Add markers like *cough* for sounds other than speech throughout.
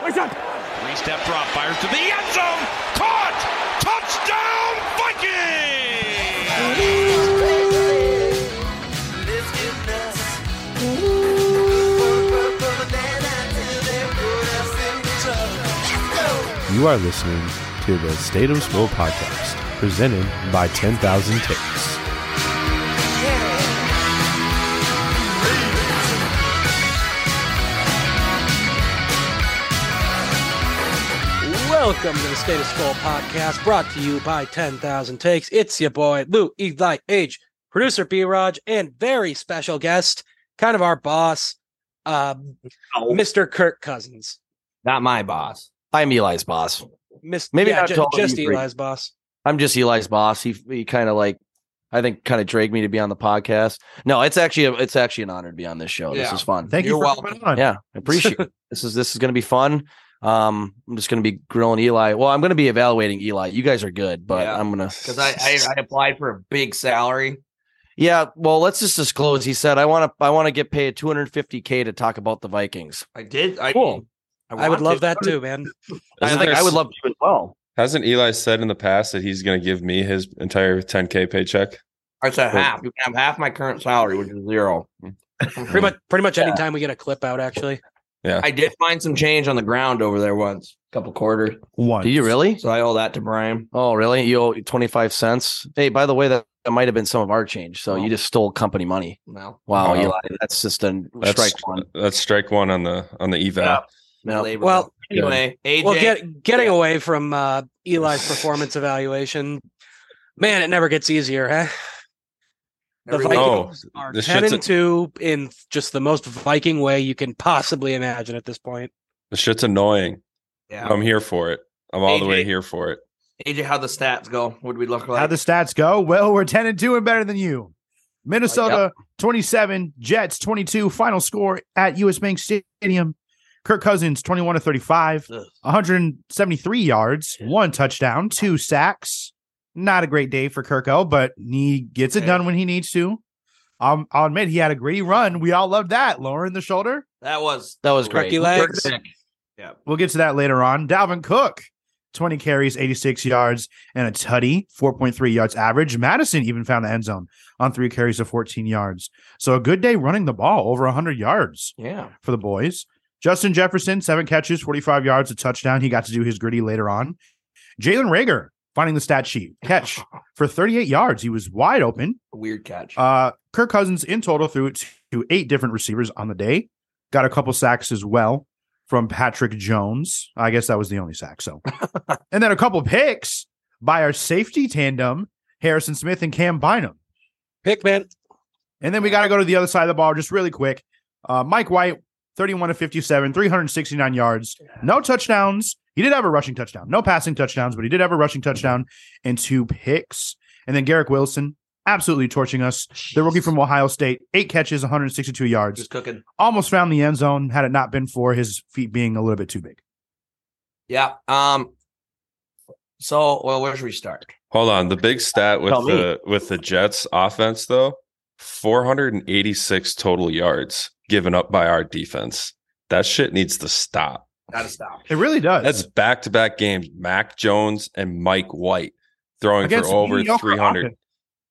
Bryson. Three step drop, fires to the end zone. Caught! Touchdown, Vikings! You are listening to the State of Swole podcast, presented by 10,000 Takes. Welcome to the State of Skull podcast, brought to you by 10,000 Takes. It's your boy, Lou Eli H, producer B Raj, and very special guest, kind of our boss, uh, Mr. Kirk Cousins. Not my boss. I'm Eli's boss. Mis- Maybe yeah, not ju- to all of just you three. Eli's boss. I'm just Eli's boss. He he kind of like I think kind of dragged me to be on the podcast. No, it's actually a, it's actually an honor to be on this show. This Yeah. is fun. Thank You're you for welcome. coming on. Yeah, I appreciate it. This is this is going to be fun. Um, I'm just going to be grilling Eli. Well, I'm going to be evaluating Eli. You guys are good, but Yeah, I'm gonna because I, I I applied for a big salary. *laughs* yeah. Well, let's just disclose. He said I want to I want to get paid 250k to talk about the Vikings. I did. I, Cool. I would want love to. that too, man. I Isn't think there I would s- love to as well. Hasn't Eli said in the past that he's going to give me his entire 10k paycheck? It's a half. You can have half my current salary, which is zero. Pretty much, pretty much anytime we get a clip out, actually. I did find some change on the ground over there once, a couple quarters. One. Do you really? So I owe that to Brian. Oh, really? You owe 25 cents. Hey, by the way, that, that might have been some of our change. So Oh. you just stole company money. Well, Wow, Wow. Eli, that's just a That's strike one. That's strike one on the on the eval. Yeah. No. labor. Well, anyway, AJ. Well, get, getting yeah. away from uh, Eli's performance evaluation, man, it never gets easier, huh? The everyone- Vikings Oh, are this 10 shit's and a- 2 in just the most Viking way you can possibly imagine at this point. The shit's annoying. yeah. I'm here for it. I'm all the way AJ. here for it. AJ, how the stats go? What do we look like? How the stats go? Well, we're 10 and 2 and better than you. Minnesota 27, Jets 22, final score at US Bank Stadium. Kirk Cousins 21 to 35, Ugh. 173 yards, one touchdown, two sacks. Not a great day for Kirko, but he gets it Yeah. done when he needs to. Um, I'll admit he had a gritty run. We all loved that. Lowering the shoulder. that was That was Rookie great. legs. We'll get to that later on. Dalvin Cook, 20 carries, 86 yards, and a tutty, 4.3 yards average. Madison even found the end zone on three carries of 14 yards. So a good day running the ball, over 100 yards yeah. for the boys. Justin Jefferson, seven catches, 45 yards, a touchdown. He got to do his gritty later on. Jalen Rager finding the stat sheet, catch for 38 yards. He was wide open. Weird catch. Uh, Kirk Cousins in total threw it to eight different receivers on the day. Got a couple sacks as well from Patrick Jones. I guess that was the only sack. So, and then a couple picks by our safety tandem, Harrison Smith and Cam Bynum. Pickman, And then we got to go to the other side of the ball just really quick. Uh, Mike White, 31 to 57, 369 yards, no touchdowns. He did have a rushing touchdown, no passing touchdowns, but he did have a rushing touchdown and two picks. And then Garrick Wilson, absolutely torching us. The rookie from Ohio State, eight catches, 162 yards, just cooking. almost found the end zone had it not been for his feet being a little bit too big. Yeah. Um. So, well, where should we start? Hold on. The big stat with Tell me. the with the Jets offense though, 486 total yards given up by our defense. That shit needs to stop. Gotta stop. It really does. *laughs* That's back to back games. Mac Jones and Mike White throwing Against for over mediocre 300, offense. uh,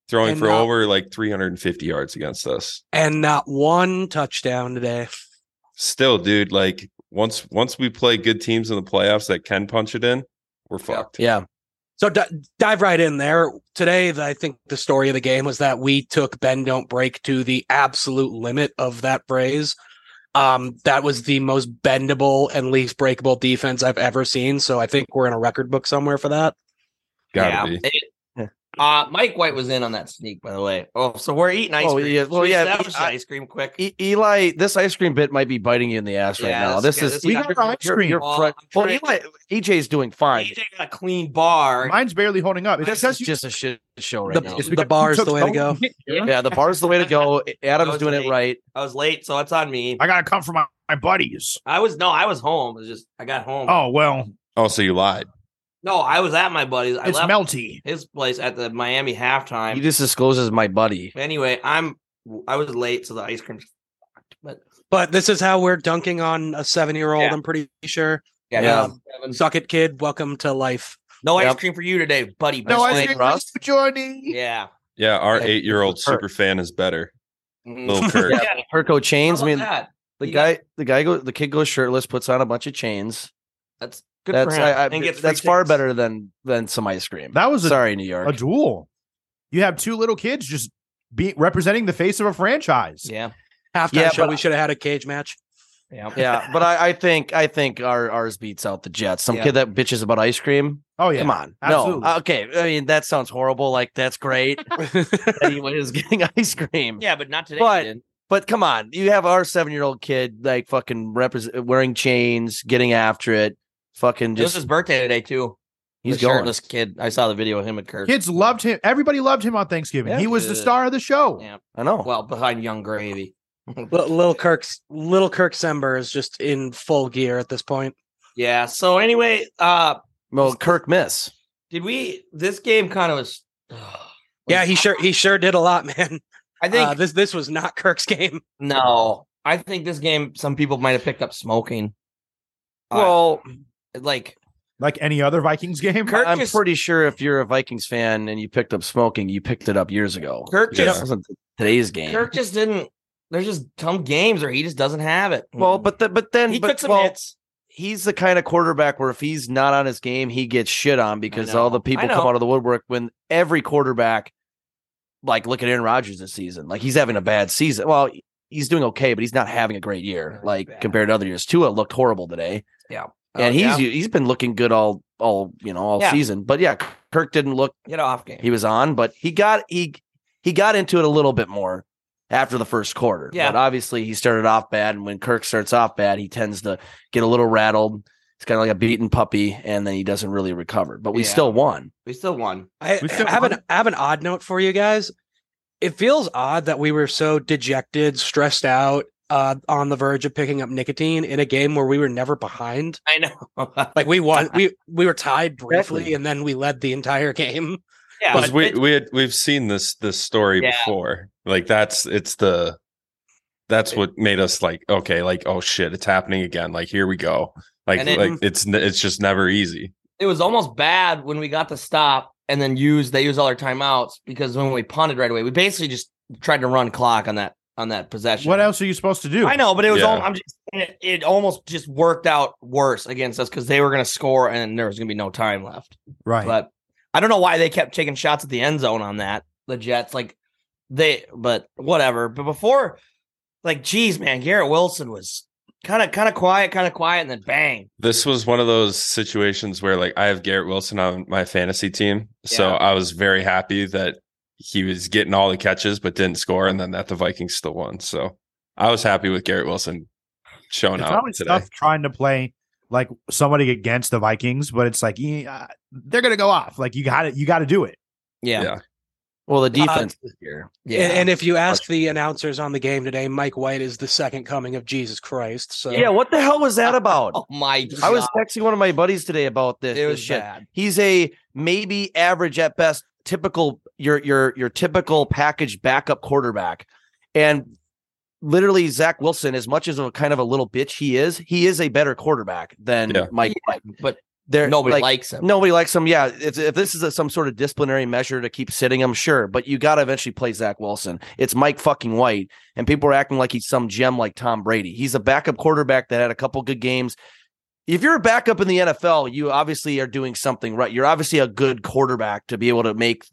throwing And for now- over like 350 yards against us. and not one touchdown today. Still, dude, like once once we play good teams in the playoffs that can punch it in, we're fucked. Yeah. So d- dive right in there. Today, I think the story of the game was that we took "bend don't break" to the absolute limit of that phrase. Um, that was the most bendable and least breakable defense I've ever seen. So I think we're in a record book somewhere for that. Gotta be. It- uh, Mike White was in on that sneak, by the way. Oh, so we're eating ice Oh, cream. yeah, well, Should we yeah, establish the I- ice cream quick. E- Eli, this ice cream bit might be biting you in the ass right Yeah, now. this- This yeah, is this We is- got our ice you're- cream. you're Well, fr- I'm well, trying- Eli, EJ's doing fine. AJ got a clean bar. Mine's barely holding up. It's This because is you, just a shit show right The, now. the bar's took the way to so go. *laughs* many hits. Yeah, the bar's the way to *laughs* go. Adam's was doing it late. right. I was late, so it's on me. I got to come for my, my buddies. I was no, I was home. It was just I got home. Oh, well, Oh, so you lied. No, I was at my buddy's. I it's left melty. his place at the Miami He halftime. just discloses my buddy. Anyway, I'm I was late, so the ice cream's But this is how we're dunking on a seven-year-old. Yeah. I'm pretty sure. Yeah. Yeah. no, Kevin. Suck it, kid. Welcome to life. No ice Yep. cream for you today, buddy. No Best ice thing. cream, Russ. for Jordy. Yeah. Yeah, our Yeah, eight year old it's hurt. super fan is better. Mhm. Little *laughs* Kirk. Yeah, Herco chains. I How mean, about that? the You guy, the guy goes, the kid goes shirtless, puts on a bunch of chains. That's good that's for him. I, I, and gets free that's far tickets. better than than some ice cream. That was a, Sorry, New York. a duel. You have two little kids just be representing the face of a franchise. yeah, Halftime Yeah, show. but- We should have had a cage match. Yeah. *laughs* yeah, but I, I think I think our ours beats out the Jets. Some Yeah. kid that bitches about ice cream. Oh yeah. Come on, absolutely. no, uh, okay. I mean, that sounds horrible. Like that's *laughs* great. *laughs* that he was getting ice cream. Yeah, but not today. But- he didn't. But come on, you have our seven year old kid like fucking represent wearing chains, getting after it. Fucking it was just his birthday today too. he's the going. shirtless kid. I saw the video of him at Kirk. Kids loved him. Everybody loved him on Thanksgiving. Yeah. he was the star of the show. Yeah. I know. Well, behind Young Gravy. Li- Little Kirk's Little Kirk Sember is just in full gear at this point. yeah. So anyway, uh Well, Kirk miss. did we this game kind of was *sighs* Yeah, he sure he sure did a lot, man. I think uh, this this was not Kirk's game. no. I think this game some people might have picked up smoking. Uh, Well, like Like any other Vikings game. Kirk I'm just- pretty sure if you're a Vikings fan and you picked up smoking, you picked it up years ago. Kirk This just- wasn't today's game. Kirk just didn't there's just some games where he just doesn't have it. well, but the, but then he but, took some well, hits. he's the kind of quarterback where if he's not on his game, he gets shit on because all know. the people I come know. out of the woodwork when every quarterback, like look at Aaron Rodgers this season, like he's having a bad season. Well, he's doing okay, but he's not having a great year, Not like bad. compared to other years. Tua looked horrible today, and Oh, he's yeah. he's been looking good all all you know all Yeah. season. But yeah, Kirk didn't look get off game. he was on, but he got he he got into it a little bit more after the first quarter. Yeah. But obviously he started off bad, and when Kirk starts off bad, he tends to get a little rattled. It's kind of like a beaten puppy, and then he doesn't really recover. But we Yeah. still won. we still won. I, We still I have won. an I have an odd note for you guys. It feels odd that we were so dejected, stressed out, uh, on the verge of picking up nicotine in a game where we were never behind. I know. *laughs* Like we won, we we were tied briefly, Exactly. and then we led the entire game. yeah. Because But we it- we had, we've seen this this story Yeah. before. Like that's it's the that's what made us like okay, like oh shit, it's happening again. Like here we go. Like And it- like it's n- it's just never easy. it was almost bad when we got the stop and then used they used all their timeouts because when we punted right away, we basically just tried to run clock on that on that possession. What else are you supposed to do? I know, but it was. Yeah. al- I'm just. It, it almost just worked out worse against us because they were going to score and there was going to be no time left. Right. But I don't know why they kept taking shots at the end zone on that. The Jets, like they, but whatever. But before, like, geez, man, Garrett Wilson was kind of kind of quiet, kind of quiet, and then bang. This was one of those situations where like I have Garrett Wilson on my fantasy team, so Yeah. I was very happy that he was getting all the catches but didn't score, and then that the Vikings still won. So I was happy with Garrett Wilson showing it's out always today. tough trying to play like somebody against the Vikings, but it's like yeah, they're gonna go off. Like you got to You got to do it. Yeah, Uh, Yeah. yeah. Well, the defense this year. And, and if you ask the announcers on the game today, Mike White is the second coming of Jesus Christ. So Yeah, what the hell was *laughs* that about? *laughs* oh my, God. *laughs* I was texting one of my buddies today about this. It this was shit. bad. He's a maybe average at best, typical your your your typical package backup quarterback. And literally Zach Wilson, as much as a kind of a little bitch he is, he is a better quarterback than Yeah. Mike. Yeah, White. but There, Nobody like, likes him. nobody likes him. Yeah, if, if this is a, some sort of disciplinary measure to keep sitting him, sure, but you got to eventually play Zach Wilson. It's Mike fucking White, and people are acting like he's some gem like Tom Brady. He's a backup quarterback that had a couple good games. If you're a backup in the NFL, you obviously are doing something right. You're obviously a good quarterback to be able to make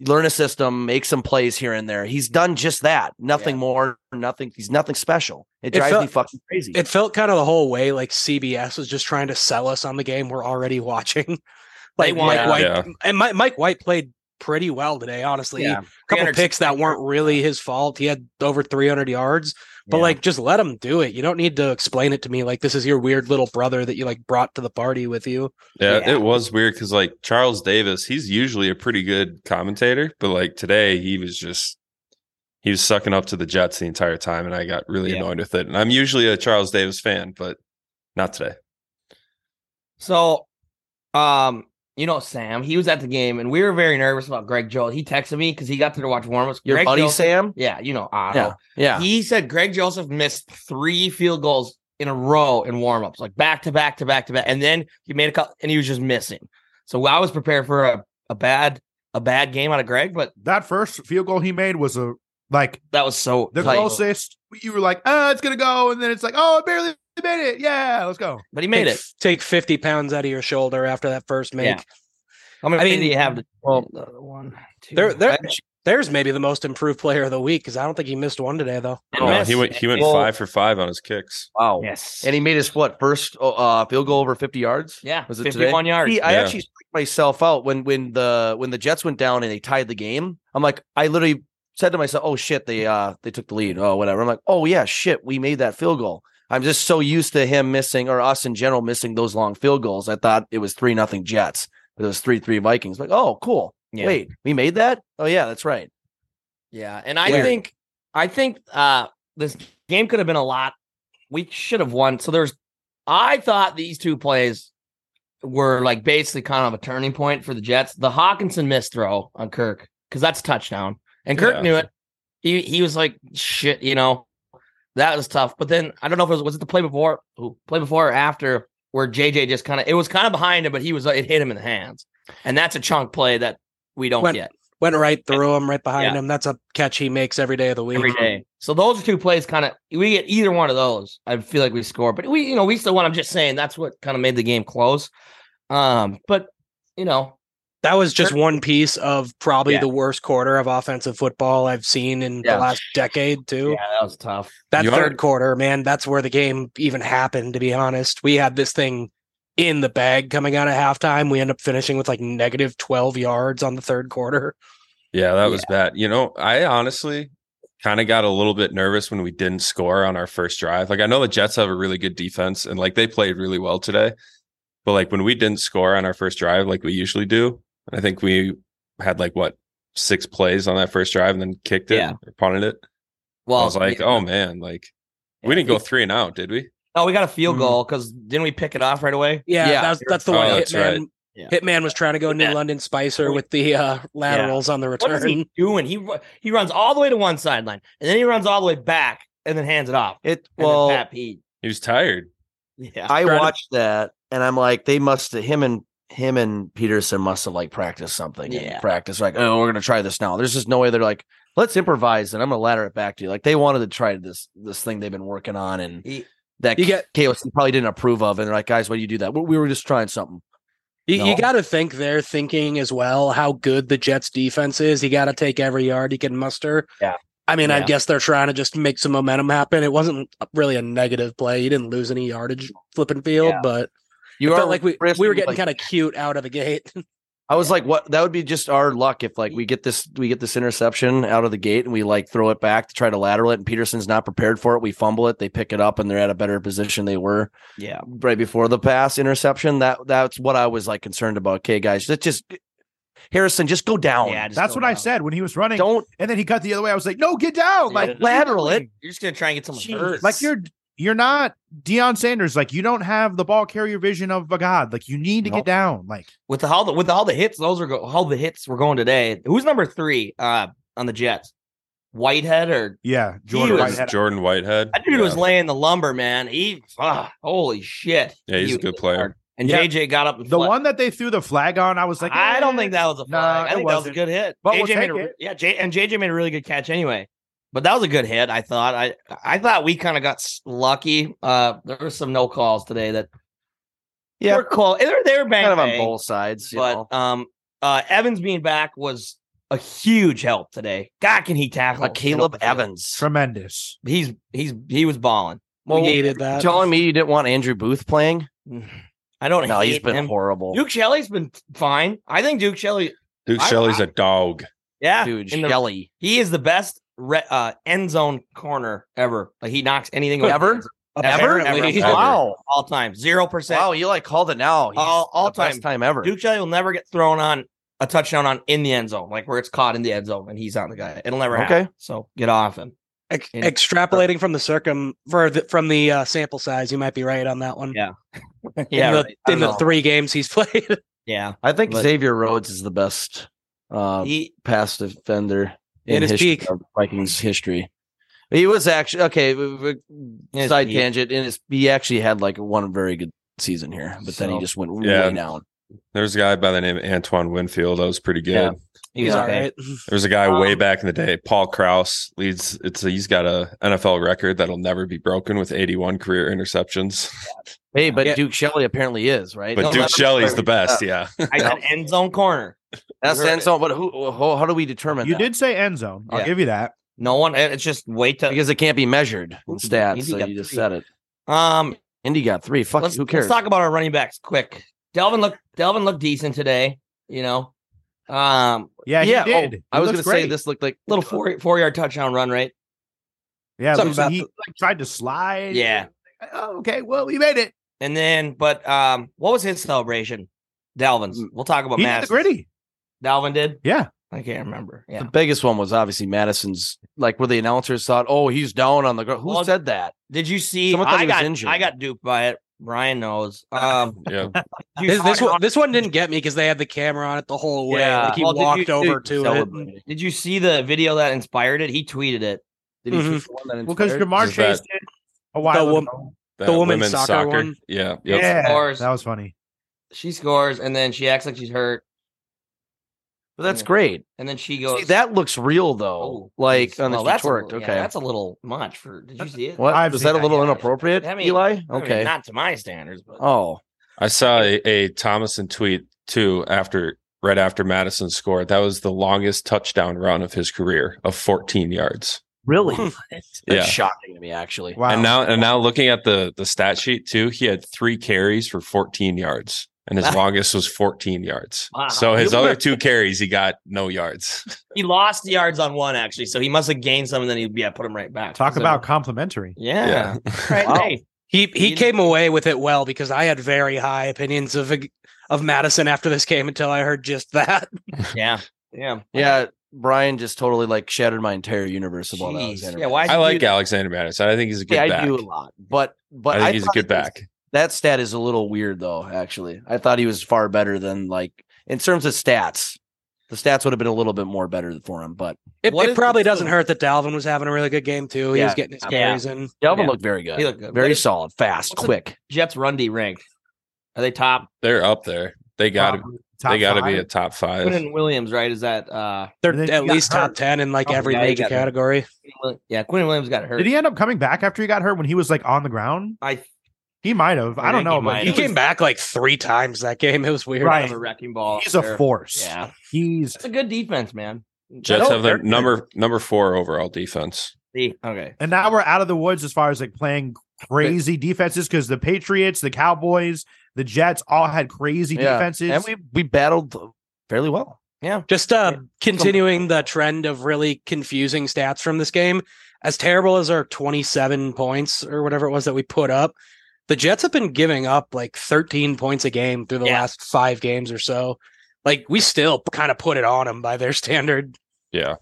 learn a system, make some plays here and there. He's done just that. Nothing Yeah. more, nothing. He's nothing special. It It drives felt- me fucking crazy. it felt kind of the whole way like CBS was just trying to sell us on the game we're already *laughs* watching. Like want- Mike White Yeah. and Mike, Mike White played pretty well today. Honestly, Yeah. a couple picks that weren't really his fault. He had over 300 yards, but like just let him do it. You don't need to explain it to me. Like this is your weird little brother that you like brought to the party with you. Yeah, Yeah. it was weird because like Charles Davis, he's usually a pretty good commentator, but like today he was just he was sucking up to the Jets the entire time, and I got really Yeah. annoyed with it. And I'm usually a Charles Davis fan, but not today. So, um, you know Sam, he was at the game, and we were very nervous about Greg Joel. He texted me because he got there to watch warm ups. your buddy Sam, yeah, you know, Otto. yeah, yeah. He said Greg Joseph missed three field goals in a row in warmups, like back to back to back to back. And then he made a couple and he was just missing. So I was prepared for a, a bad a bad game out of Greg, but That first field goal he made was a like that was so the tight. closest. You were like, ah, it's gonna go, and then it's like, oh, I barely made it. Yeah, let's go. But he made take, it. Take 50 pounds out of your shoulder after that first make. Yeah. How many I mean- do you have? To, well, uh, one, two. There- there- I- There's maybe the most improved player of the week because I don't think he missed one today, though. and No, missed. Oh, he went he went Well- five for five on his kicks. Wow. Yes. And he made his what first uh, field goal over fifty yards. yeah. Was it today? 51 yards. See, I Yeah. actually freaked myself out when when the when the Jets went down and they tied the game. I'm like, I literally said to myself, "Oh shit, they uh they took the lead. Oh whatever." I'm like, "Oh yeah, shit, we made that field goal." I'm just so used to him missing or us in general missing those long field goals. I thought it was three nothing Jets, but it was three three Vikings. Like, oh cool. Yeah. Wait, we made that? Oh yeah, that's right. Yeah, and I Weird. think I think uh this game could have been a lot. We should have won. So there's I thought these two plays were like basically kind of a turning point for the Jets. The Hawkinson missed throw on Kirk cuz that's a touchdown. And Kirk Yeah. knew it. He he was like shit, you know. That was tough. But then I don't know if it was was it the play before who play before or after where JJ just kind of it was kind of behind him but he was it hit him in the hands. And that's a chunk play that we don't When- get. Went right through him, right behind Yeah. him. That's a catch he makes every day of the week. every day. So those are two plays. Kind of, we get either one of those. I feel like we score, but we, you know, we still won. I'm just saying that's what kind of made the game close. Um, but you know, That was just one piece of probably Yeah. the worst quarter of offensive football I've seen in Yeah. the last decade, too. yeah, that was tough. That You third are- quarter, man, that's where the game even happened, to be honest. We had this thing in the bag coming out of halftime. We end up finishing with like negative 12 yards on the third quarter. Yeah, that was bad. You know, I honestly kind of got a little bit nervous when we didn't score on our first drive. Like I know the Jets have a really good defense and like they played really well today. But like when we didn't score on our first drive like we usually do, I think we had like what six plays on that first drive and then kicked it Yeah. or punted it. Well, I was like, yeah. "Oh man, like we Yeah. didn't go 3 and out, did we?" oh, we got a field Mhm. goal because didn't we pick it off right away? Yeah, Yeah. that's, that's the one. Oh, that's Hitman, right. Yeah. Hitman was trying to go New Yeah. London Spicer with the uh, laterals on the What is return. he doing? He ru- he runs all the way to one sideline and then he runs all the way back and then hands it off. It And then well, Pat Pete. *laughs* He was tired. Yeah, I Brandon- watched that and I'm like, they must have him and him and Peterson must have like practiced something. Yeah. And practice like, oh, we're gonna try this now. There's just no way they're like, let's improvise and I'm gonna ladder it back to you. Like they wanted to try this this thing they've been working on and He- that You get- KOC probably didn't approve of. And they're like, guys, why do you do that? We, we were just trying something. You, No. you got to think they're thinking as well how good the Jets defense is. You got to take every yard you can muster. Yeah. I mean, I Yeah. guess they're trying to just make some momentum happen. It wasn't really a negative play. You didn't lose any yardage flipping field, Yeah. but You it are felt like we, we were risking, getting like- kind of cute out of the gate. *laughs* I was like, what that would be just our luck if like we get this we get this interception out of the gate and we like throw it back to try to lateral it and Peterson's not prepared for it. We fumble it, they pick it up and they're at a better position they were yeah. right before the pass interception. That that's what I was like concerned about. Okay, guys, let's just Harrison, just go down. Yeah, just That's go what I down. said when he was running, Don't and then he cut the other way. I was like, no, get down, Yeah. like lateral it. You're just gonna try and get someone Jeez. hurt. like you're you're not Deion Sanders. Like you don't have the ball carrier vision of a god. Like you need to Nope. get down. Like with the, all the with all the hits those are go, all the hits were going today. Who's number three uh, on the Jets? Whitehead or yeah, He Jordan was- Whitehead. Jordan Whitehead. that dude yeah. was laying the lumber, man. He ah, holy shit. Yeah, he's He a good was player. hard. And Yeah. JJ got up. And The fla- one that they threw the flag on, I was like, I don't eh. think that was a flag. Nah, I it think that was a wasn't. good hit. But we'll made a, take re- it. yeah, J- and JJ made a really good catch anyway. But that was a good hit. I thought. I I thought we kind of got s- lucky. Uh, there were some no calls today that. Yeah. were close. They were, they were bang kind of on bang. both sides. You know. But um, uh, Evans being back was a huge help today. God, can he tackle? Like Uh, Oh, Caleb Evans. tremendous. He's he's he was balling. we Well, needed that. telling me you didn't want Andrew Booth playing? I don't. No, hate he's been him. horrible. Duke Shelley's been fine. I think Duke Shelley. Duke I- Shelley's a dog. Yeah, Dude, in the- Shelley. he is the best re- uh, end zone corner ever. Like he knocks anything over Ever? Apparently. Ever. Wow. all time. Zero percent. Wow, you like called it now. He's All- all the best time ever. Duke Shelley will never get thrown on a touchdown on in the end zone, like where it's caught in the end zone and he's on the guy. It'll never Okay. happen. So get off *laughs* him. Ex- And- extrapolating from the circum for the, from the uh, sample size, you might be right on that one. Yeah, in Yeah, the, right. I in don't the know. three games he's *laughs* played. yeah. I think But- Xavier Rhodes is the best uh, He *laughs* pass defender In in, his history peak. of Vikings history. He was actually okay. w- w- Yes, Side he- tangent, and it's, he actually had like one very good season here, but then he So- just went Yeah. way down. There's a guy by the name of Antoine Winfield. That was pretty good. Yeah. He was all okay. right. There's a guy way Um, back in the day, Paul Kraus leads. It's he's got a NFL record that'll never be broken with 81 career interceptions. Hey, but Yeah. Duke Shelley apparently is right. But No, Duke that's- Shelley's the best. Yeah, I said end zone corner. That's You heard the end zone. But who? How, how do we determine? You that? did say end zone. I'll Yeah. give you that. No one. it- It's just way to. because it can't be measured in Oops, stats. Indy So got you just three. said it. Um, Indy got three. Fuck. let's, who cares? let's talk about our running backs quick. Delvin looked Delvin looked decent today. You know, um, Yeah, he Yeah, oh, did. I He was looks gonna say great. this looked like little four four yard touchdown run rate. Yeah, something looks like about he like, tried to slide. Yeah. Oh, okay. Well, he made it. And then, but um, what was his celebration? Dalvin's. Mm, We'll talk about he did the Madison's. gritty. Dalvin did. Yeah. I can't remember. Yeah, the biggest one was obviously Madison's. Like where the announcers thought, oh, he's down on the ground. Who Well, said that? Did you see? Someone thought I he was got injured. I got duped by it. Brian knows. Um, *laughs* yeah. you This, saw this it one, on- this one didn't get me because they had the camera on it the whole way. Yeah. Like he Well, did you- walked over Dude, to celebrating. it. did you see the video that inspired it? He tweeted it. Did he Mhm. choose the one that Well, because inspired? Jamar Is that- Chase did a while The wom- ago. That women's soccer one? Yeah, yep. Yeah, Scores. that was funny. She scores, and then she acts like she's hurt, But that's great. and then she goes. See, that looks real though. Oh, like on well, this that's a rhetoric. little- yeah, okay. that's a little much for. Did you see it? what I've was seen that a that, little yeah. inappropriate, I mean- Eli? I mean, Okay. not to my standards, but oh, I saw a, a Thomason tweet too after right after Madison scored. That was the longest touchdown run of his career of 14 yards. really? that's Yeah. shocking to me, actually. Wow. And now and now looking at the the stat sheet too, he had three carries for 14 yards. And his longest was 14 yards. Wow. So his You other were- two carries, he got no yards. he lost yards on one actually, so he must have gained some, and then he yeah put him right back. Talk So- about complimentary. yeah. *laughs* *laughs* Right. Wow. Hey, He he You- came away with it well because I had very high opinions of of Madison after this game until I heard just *laughs* that. Yeah. Yeah. Yeah, Brian just totally like shattered my entire universe about Jeez. Alexander. Yeah. Why? I like you, Alexander Madison. I think he's a good Yeah, back. I do a lot, but but I think he's a thought good that was- back. That stat is a little weird though. Actually, I thought he was far better than like in terms of stats. The stats would have been a little bit more better for him, but It, What it is- probably doesn't hurt that Dalvin was having a really good game too. He Yeah. was getting his Yeah. carries in. Delvin Yeah. looked very good. He looked good. What Very is- solid, fast, what's the- quick. Jets run D ranked? Are they top? They're up there. They gotta Probably top they gotta be five. a top five. Quinton Williams, right? Is that uh? They're And then at he got least hurt. top ten in like Oh, every yeah, he major got hurt. category. Yeah, Quinton Williams got hurt. Did he end up coming back after he got hurt when he was like on the ground? I He might have. I, I don't think he know. might But have. he He was- came back like three times that game. It was weird. Right. have a wrecking ball. he's up a there. force. Yeah, He's it's a good defense, man. Jets No, Oh, have their they're- number number four overall defense. See, okay. and now we're out of the woods as far as like playing crazy defenses because the Patriots, the Cowboys, the Jets all had crazy Yeah. defenses. And we we battled fairly well. Just uh, continuing the trend of really confusing stats from this game, as terrible as our 27 points or whatever it was that we put up, the Jets have been giving up like 13 points a game through the Yeah. last five games or so. Like we still kind of put it on them by their *laughs* standard. Yeah.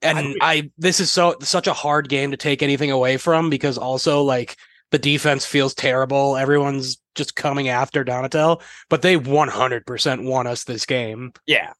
And I, this is so such a hard game to take anything away from because also like the defense feels terrible. Everyone's just coming after Donatel, but they 100% won us this game. Yeah,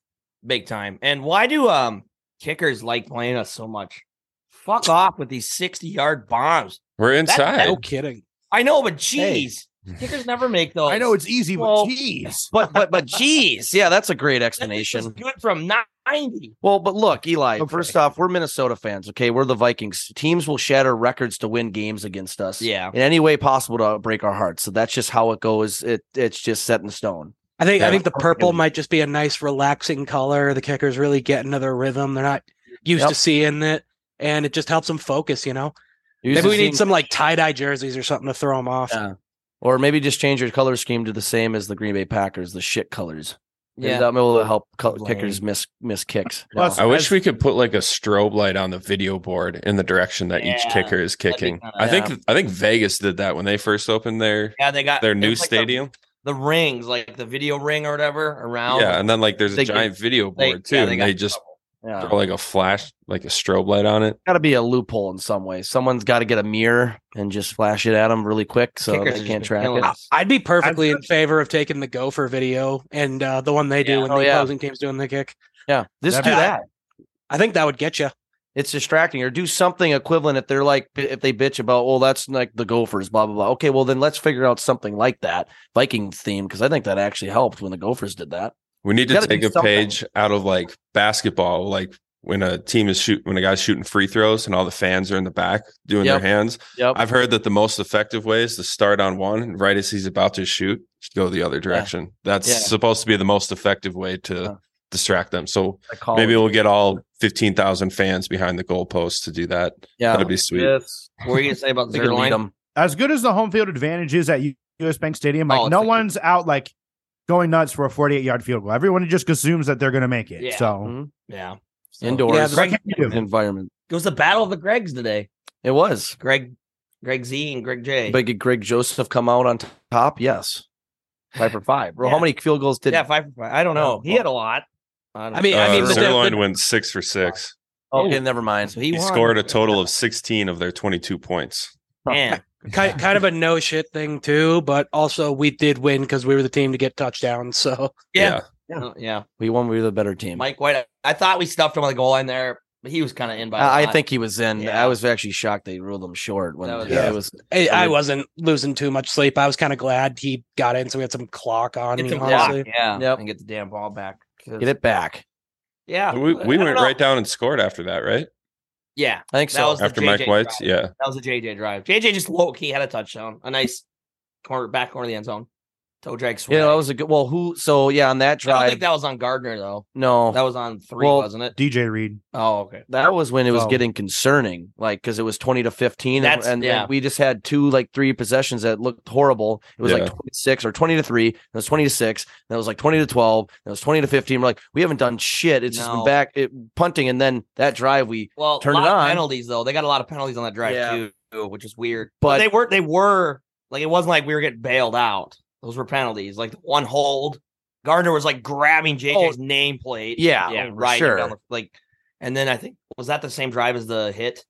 big time. And why do um kickers like playing us so much? Fuck off with these sixty-yard bombs. We're inside. No kidding. I know, but jeez, kickers never make those. I know it's easy, Well, but geez. But but but geez, *laughs* yeah, that's a great That bitch was explanation. Good from ninety. Well, but look, Eli, Okay. first off, we're Minnesota fans. Okay. We're the Vikings. Teams will shatter records to win games against us. Yeah. In any way possible to break our hearts. So that's just how it goes. It it's just set in stone. I think Yeah. I think the purple might just be a nice relaxing color. The kickers really get into their rhythm. They're not used Yep. to seeing it, and it just helps them focus. You know, Used maybe to we seeing- need some like tie dye jerseys or something to throw them off. Yeah. or maybe just change your color scheme to the same as the Green Bay Packers, the shit colors. Maybe Yeah, That will help co- Lame. kickers miss miss kicks. Plus- I No. wish we could put like a strobe light on the video board in the direction that each Yeah, kicker is be kicking. kinda- I think I think Vegas did that when they first opened their yeah, they got their it's new like the- stadium. The, rings, like the video ring or whatever, around. yeah, and then like there's a They- giant video they- board too, yeah, they and got they just Yeah. throw like a flash, like a strobe light on it. got to be a loophole in some way. Someone's got to get a mirror and just flash it at them really quick so Kickers they have can't been track it. killing us. I'd be perfectly in favor of taking the gopher video and uh, the one they do Yeah. when Oh, the yeah. opposing team's doing the kick. Yeah, just That'd do be- that. I think that would get you. It's distracting, or do something equivalent if they're like if they bitch about, oh, that's like the Gophers, blah blah blah. Okay, well then let's figure out something like that Viking theme because I think that actually helped when the Gophers did that. We need to Gotta take do a something. page out of like basketball, like when a team is shoot when a guy's shooting free throws and all the fans are in the back doing Yep. their hands. Yep. I've heard that the most effective way is to start on one, and right as he's about to shoot, just go the other direction. That's Yeah. supposed to be the most effective way to Yeah. distract them. So I call maybe it. we'll get all fifteen thousand fans behind the goalpost to do that. yeah. That'd be sweet. Yes. What were you gonna say *laughs* about They could lead Zerline? 'em. as good as the home field advantage is at U- US Bank Stadium, like Oh, it's no like- one's out like going nuts for a 48 yard field goal. Everyone just assumes that they're going to make it. Yeah. Mm-hmm. So Mhm. Yeah. So- Indoors. Yeah, the- what can you do? environment. It was the battle of the Gregs today. It was. Greg, Greg Z and Greg J. But did Greg Joseph come out on top? Yes. Five for five. Well, how Yeah. many field goals did yeah, five for five. I don't know. Oh, He had a lot. I, I mean, I Uh, mean, but the- Zerline but- went six for six. Oh, Okay, never mind. so He he, He won. scored *laughs* a total of sixteen of their twenty-two points. Man, kind, kind of a no shit thing too, but also we did win because we were the team to get touchdowns. So yeah, Yeah. yeah. yeah. we won. We were the better team. Mike White. I, I thought we stuffed him on the goal line there, but he was kind of in by. a I, I lot. think he was in. Yeah. I was actually shocked they ruled him short when That was- yeah, Yeah. it was. I, I I mean- wasn't losing too much sleep. I was kind of glad he got in, so we had some clock on. Get me, some honestly. block, yeah, Yep. and get the damn ball back. 'Cause- Get it back. Yeah, We, I we don't went know. right down and scored after that, right? Yeah, I think That so. was- the After JJ Mike White's, drive. yeah. that was a JJ drive. JJ just low key had a touchdown, a nice corner back corner of the end zone, toe drag swing. yeah, that was a good. Well, who? So yeah, on that I don't think drive. that was on Gardner though. no, That was on three, Well- wasn't it? DJ Reed. Oh, okay. that was when it was Oh. getting concerning, like because it was twenty to fifteen, and- That's- and, then yeah. we just had two like three possessions that looked horrible. It was like Yeah. twenty six or twenty to three, and it was twenty to six, and it was like twenty to twelve, and it was twenty to fifteen. We're like, we haven't done shit. It's just been No. back it, punting, and then that drive we. Well, Turn a lot it of on. penalties though. They got a lot of penalties on that drive Yeah. too, which is weird. But- But, they were they were like it wasn't like we were getting bailed out. Those were penalties. Like the one hold, Gardner was like grabbing JJ's nameplate. Oh, Yeah, yeah, for right. sure. like, and then I think was that the same drive as the hit?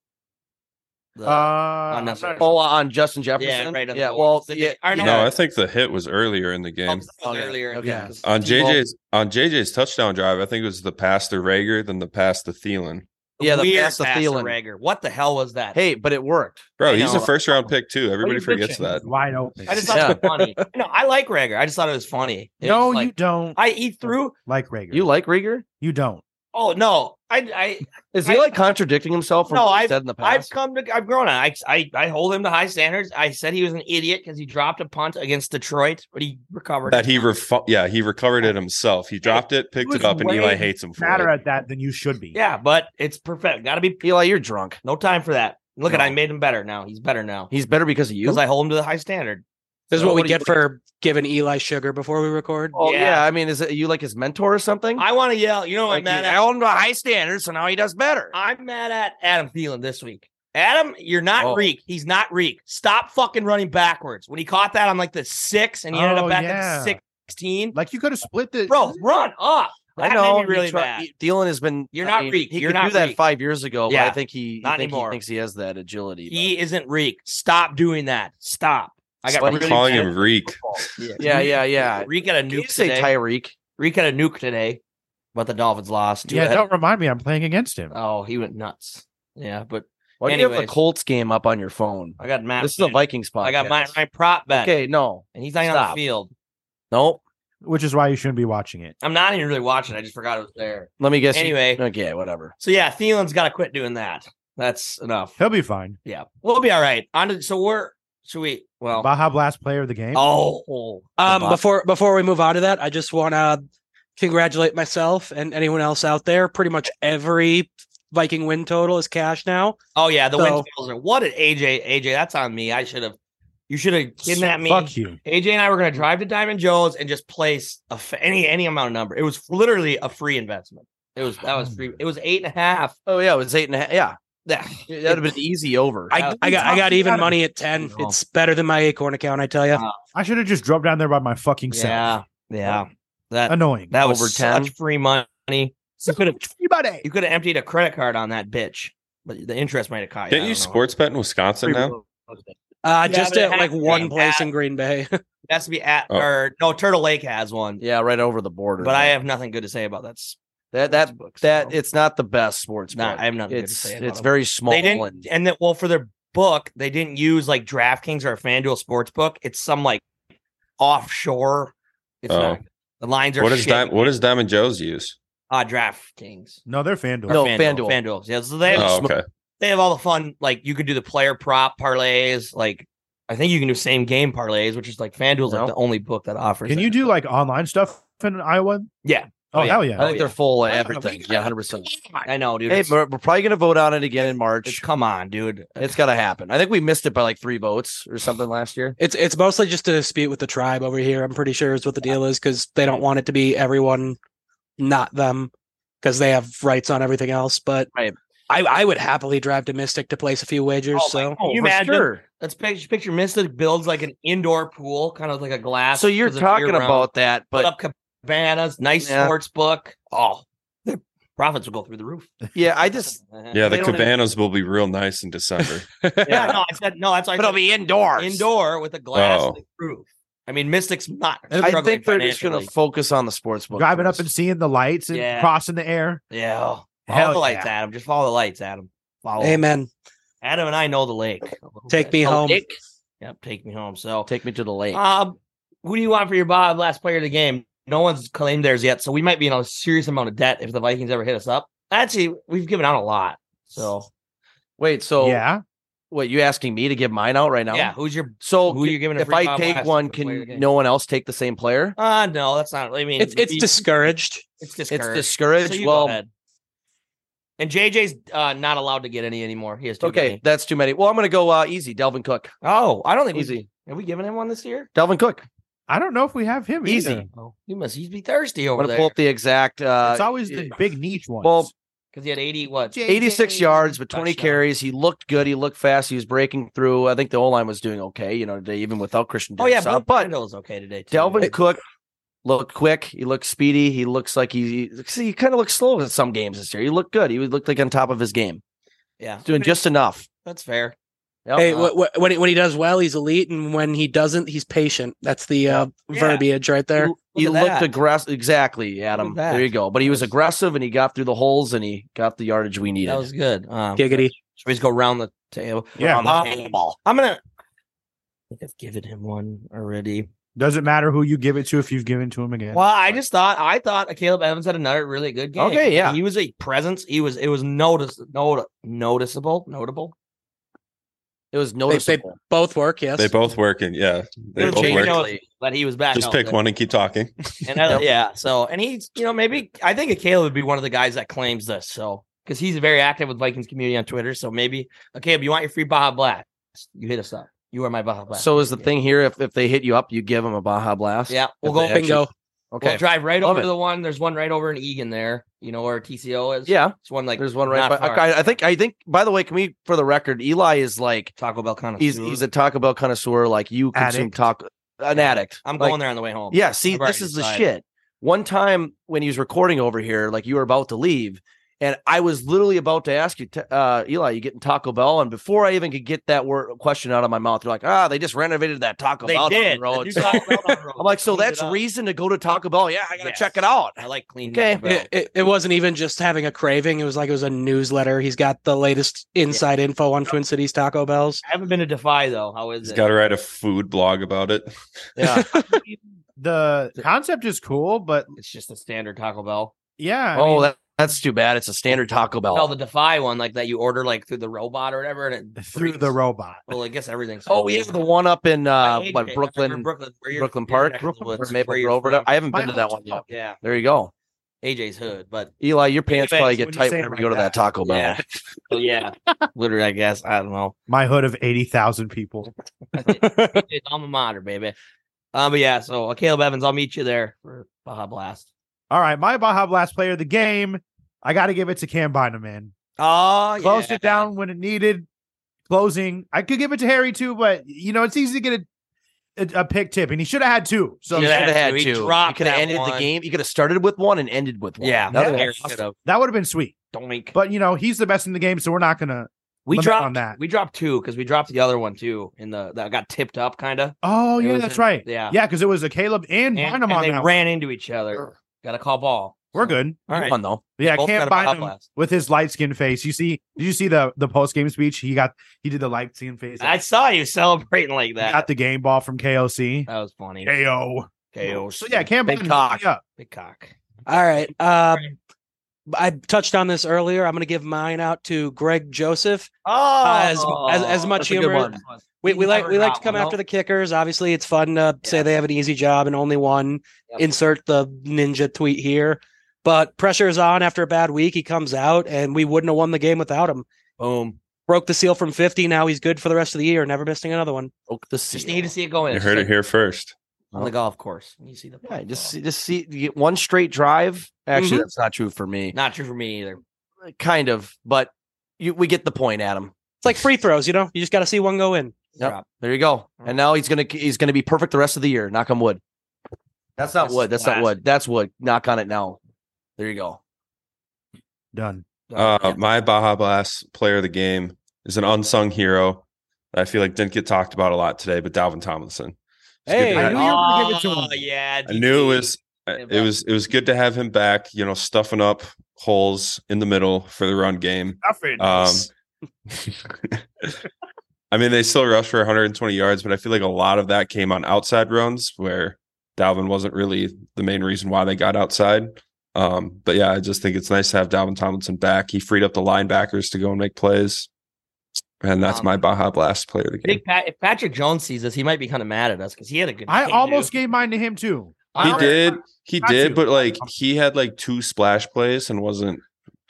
The- Uh, I'm not unnecessary. Oh, on Justin Jefferson. yeah, right. on the yeah. goal. Well, Did they- yeah, or no, No, I think the hit was earlier in the oh, game. that was Okay. earlier. Okay. Yeah, 'cause On T-ball- JJ's on JJ's touchdown drive, I think it was the pass to Rager, then the pass to Thielen. yeah, the weird pass to to Thielen. Rager. What the hell was that? Hey, but it worked. Bro, I he's know. a first round pick too. Everybody you forgets bitching? that. Wide open. I just *laughs* thought Yeah. it was funny. No, I like Rager. I just thought it was funny. It No, was like- you don't I he threw. like Rager. You You, like Rieger? don't. Oh no, I Is he I- like contradicting himself from No, what he I've- said in the I I've past? come to I've grown on. I, I I hold him to high standards. I said he was an idiot because he dropped a punt against Detroit, but he recovered. That he refo- yeah, he recovered it himself. He dropped it, picked was it up, and way Eli hates him for Matter it. at that than you should be. yeah, but it's perfect. Got to be Eli, you're drunk. no time for that. Look at No. I made him better now. He's better now He's better because of you. because I hold him to the high standard. This is So what we what do you get for giving Eli sugar before we record. oh yeah. Yeah. I mean, is it you like his mentor or something? I want to yell. You know what, like, I'm mad you- at? I hold him to high standards, so now he does better. I'm mad at Adam Thielen this week. Adam, you're not Oh. Reek. He's not Reek. Stop fucking running backwards. When he caught that on like the six and he ended Oh, up back yeah. at the 16, Like you could have split the bro, run up. I That know. made me really he tri- bad. he- Thielen has been. You're I not mean, Reek. He You're could do not that Reek. five years ago, but I Yeah. think he, I Not think he anymore. thinks he has that agility. He isn't Reek. Stop doing that. Stop. I got Stop really calling mad him Reek. at- but- yeah, yeah, yeah. Reek got a Can you nuke say today. Tyreek? Reek got a nuke today, but the Dolphins lost. Too Yeah, bad. don't remind me. I'm playing against him. Oh, he went nuts. Yeah, but Why do you have the Anyways. Colts game up on your phone? I got Matt. This is a Vikings podcast. I got my, my prop bet. Okay, no, And he's not even on Stop. the field. nope. Which is why you shouldn't be watching it. I'm not even really watching. I just forgot it was there. Let me guess. you- Anyway. okay, whatever. So yeah, Thielen's got to quit doing that. That's enough. He'll be fine. Yeah, we'll be all right. On to, so we're should we? Well, Baja Blast player of the game. oh, Um, Bob- before before we move on to that, I just want to congratulate myself and anyone else out there. Pretty much every Viking win total is cash now. oh yeah, the So- wind totals are what did AJ? AJ, that's on me. I should have. You should have kidnapped me. Fuck you. AJ and I were going to drive to Diamond Joe's and just place a f- any any amount of number. It was literally a free investment. It was that was free. It was eight and a half. Oh yeah, it was eight and a half. Yeah, Yeah, *sighs* that'd have been easy over. I, Uh, I got I got even money at ten. Oh. No. It's better than my Acorn account, I tell Uh, you. I should have just drove down there by my fucking self. yeah, yeah. That Annoying. that was Over 10. such free money. You could have Everybody. You could have emptied a credit card on that bitch, but the interest might have caught you. Didn't I you don't know. sports bet in Wisconsin now? Uh, Yeah, just but it at has like to be one place at- in Green Bay. It has to be at Oh. or no Turtle Lake has one, yeah, right over the border. but I have nothing good to say about that s- That that books, that no. it's not the best sports Nah, book. I have nothing good to It's say about it's them. very small. They didn't, and- and that well for their book, they didn't use like DraftKings or FanDuel sports book. It's some like offshore. It's Oh. not. good. The lines are What does shit. Dim- what does Diamond Joe's use? uh, DraftKings. No, they're FanDuel. Or No, FanDuel. FanDuel. FanDuel. Yeah, so they have, Oh, okay. they have all the fun. Like you could do the player prop parlays. Like I think you can do same game parlays, which is like FanDuel's No. like the only book that offers. Can it. you do like online stuff in Iowa? Yeah. Oh, Oh, yeah. hell yeah. I think Oh, they're yeah. full of I- I- everything. Yeah, hundred percent. I know, dude. Hey, it's, we're, we're probably gonna vote on it again in it's- March. come on, dude. It's gotta happen. I think we missed it by like three votes or something last year. It's it's mostly just a dispute with the tribe over here. I'm pretty sure is what the deal is because they don't want it to be everyone, not them, because they have rights on everything else. But Right. I I would happily drive to Mystic to place a few wagers. Oh my so Can you for imagine? sure. Let's picture, picture Mystic builds like an indoor pool, kind of like a glass. So you're 'cause it's talking year-round. about that, put but up cabanas, nice Yeah. sports book. Oh, the profits will go through the roof. *laughs* *laughs* yeah, I just Yeah, the They don't cabanas will be real nice in December. yeah, no, I said no. That's why I but it'll said be indoors. indoor with a glass Oh. roof. I mean, Mystic's not. I struggling think they're just gonna financially. focus on the sports book. Driving for up this. and seeing the lights and Yeah. crossing the air. yeah, follow Hell the yeah. lights, Adam. Just follow the lights, Adam. Follow. Amen. Adam and I know the lake. a little Take bit. Oh, me home. Yep, take me home. So, Take me to the lake. Bob, who do you want for your Bob? Last player of the game. No one's claimed theirs yet, so we might be in a serious amount of debt if the Vikings ever hit us up. Actually, we've given out a lot. So, Wait, so yeah. what you asking me to give mine out right now? yeah, who's your So Who are you giving a if free I Bob take West one, for player of the can game? no one else take the same player? Uh no, that's not. I mean, It's it's we- discouraged. it's It's discouraged. discouraged. So you go well, ahead. and JJ's uh, not allowed to get any anymore. He has too okay, many. that's too many. Well, I'm gonna go uh, easy. Delvin Cook, Oh, I don't think easy. We, have we given him one this year? Delvin Cook. I don't know if we have him Easy. either. Oh, he must. He'd be thirsty over I'm gonna there pull up the exact. Uh, it's always the big niche ones. well, because he had eighty. What? 86 yards with 20 Touchdown. carries. He looked good. He looked fast. He was breaking through. I think the O line was doing okay. You know, today even without Christian. Oh yeah, Dix Uh, out, but but Brindle's okay today. Too. Delvin Cook looked quick. He looked speedy. He looks like he. See, he kind of looks slow in some games this year. He looked good. He looked like on top of his game, Yeah, doing just enough. that's fair. Yep. Oh, Hey, Uh, wh- wh- when he, when he does well, he's elite, and when he doesn't, he's patient. That's the uh, Yeah. verbiage right there. he Look at looked that. aggressive. Exactly, Adam. that. There you go. But he was That was- aggressive and he got through the holes and he got the yardage we needed. That was good. Um, Giggity. so we just go round the table. Yeah. Round the table. Uh, I'm gonna. I think I've given him one already. Doesn't matter who you give it to if you've given to him again. Well, I just thought I thought Caleb Evans had another really good game. Okay, yeah. he was a presence. He was it was notice not, noticeable notable. it was noticeable. Both work, yes. they both work and yeah, It they was both Jake work. Jones that he was back. Just out pick there. one and keep talking. And I, yeah, so and he's you know maybe I think Caleb would be one of the guys that claims this. So because he's very active with Vikings community on Twitter. So maybe okay, if you want your free Baja Blast, you hit us up. You are my Baja Blast. so is the thing here if, if they hit you up, you give them a Baja blast. yeah, we'll If go they actually- Bingo. Okay. We'll drive right Love over it. to the one. There's one right over in Egan there. You know where TCO is. yeah. it's one like There's one right. By, not far. okay, I think I think by the way, can we for the record, Eli is like Taco Bell kind of. he's he's a Taco Bell connoisseur, like you consume Addict. taco an Yeah. addict. I'm Like, going there on the way home. Yeah, see, I've already this is the decided. shit. One time when he was recording over here, like you were about to leave, and I was literally about to ask you, t- uh, Eli, you getting Taco Bell? And before I even could get that word question out of my mouth, you're like, ah, they just renovated that Taco They Bell down did. the road. They do So *laughs* Taco Bell *laughs* down the road. I'm like, They so cleaned it that's up. reason to go to Taco Bell. Yeah, I gotta Yes. check it out. I like clean. Okay. *laughs* Taco Bell. It, it, it wasn't even just having a craving. It was like it was a newsletter. He's got the latest inside info on Twin Cities Taco Bells. I haven't been to Defy though. How is He's it? got to write a food blog about it. *laughs* Yeah. the concept is cool, but It's just a standard Taco Bell. yeah. I oh, mean, that, that's too bad. It's a standard Taco Bell. Oh, the Defy one, like that you order like through the robot or whatever, and it through brings- the robot. Well, I guess everything's. oh, yeah, the one up in uh, I hated what, it. I remember Brooklyn, Brooklyn, where you're- Brooklyn where you're Park, next to the Brooklyn woods, or where Maple you're Grove. or from. whatever. I haven't My been to that one yet. Yeah, There you go, AJ's hood, but Eli. Your pants Anyways, probably get when you tight say it whenever like you go to that that. Taco Bell. yeah, *laughs* Well, yeah. Literally, I guess I don't know. My hood of 80,000 people. It's alma mater, baby. Um, but yeah, so uh, Caleb Evans, I'll meet you there for Baja Blast. All right. My Baja Blast player of the game. I got to give it to Cam Bynum, man. Oh, Closed it down when it needed. Closing. I could give it to Harry too, but you know, it's easy to get a, a, a pick tip, and he should have had two. So you Yeah. should have had He two. You dropped could have that ended the one. game. You could have started with one and ended with one. Yeah, uh, Another Harry one. should've. that would have been sweet. Doink. But you know, he's the best in the game, so we're not gonna. We limit dropped on that. We dropped two because we dropped the other one too, in the that got tipped up kind of. Oh It yeah, was that's in- right. yeah. yeah, because it was a Caleb and, And, Bynum and on they that. ran into each other. Got to call ball. We're good. All right. Fun though. But yeah, I Both can't got about bind him outclassed. with his light skinned face. You see, did you see the the post game speech? He got he did the light skinned face. I saw you celebrating like He that. got the game ball from KOC. that was funny. KO. KO. So yeah, Cam Big Biden- cock. Yeah, Big cock. All right. Uh, I touched on this earlier. I'm going to give mine out to Greg Joseph. Oh, as- as- as much that's a good humor- one. We, He's we like never we like got to come one, after no? the kickers. Obviously, it's fun to say they have an easy job and only one. Yep. Insert the ninja tweet here, but pressure is on after a bad week. He comes out, and we wouldn't have won the game without him. Boom. Broke the seal from 50. Now he's good for the rest of the year. Never missing another one. Oak the Just seal. need to see it going. You heard it here first. on the golf course. You see Mm-hmm. the Oh. Yeah, putt just go. see, just see you get one straight drive. Actually, Mhm. that's not true for me. *laughs* not true for me either. Kind of, but you, we get the point, Adam. It's like free throws. You know, you just got to see one go in. Yep. Mm. Drop. There you go. And now he's gonna he's gonna be perfect the rest of the year. Knock on wood. That's not That's wood. That's glass. not wood. That's wood. Knock on it now. There you go. done. Uh, my Baja Blast player of the game is an unsung hero that I feel like didn't get talked about a lot today, but Dalvin Tomlinson. It's good Hey, to I have- knew you were gonna give it to Oh, him. yeah, I knew it DT. was it was it was good to have him back. You know, stuffing up holes in the middle for the run game. Nothing. Um, *laughs* I mean, they still rushed for 120 yards, but I feel like a lot of that came on outside runs where Dalvin wasn't really the main reason why they got outside. Um, but yeah, I just think it's nice to have Dalvin Tomlinson back. He freed up the linebackers to go and make plays, and that's Um, my Baja Blast player of the I game. think Pat, if Patrick Jones sees this, he might be kind of mad at us because he had a good. I game, almost dude. gave mine to him too. He I almost- did, he Not did, to. but like he had like two splash plays and wasn't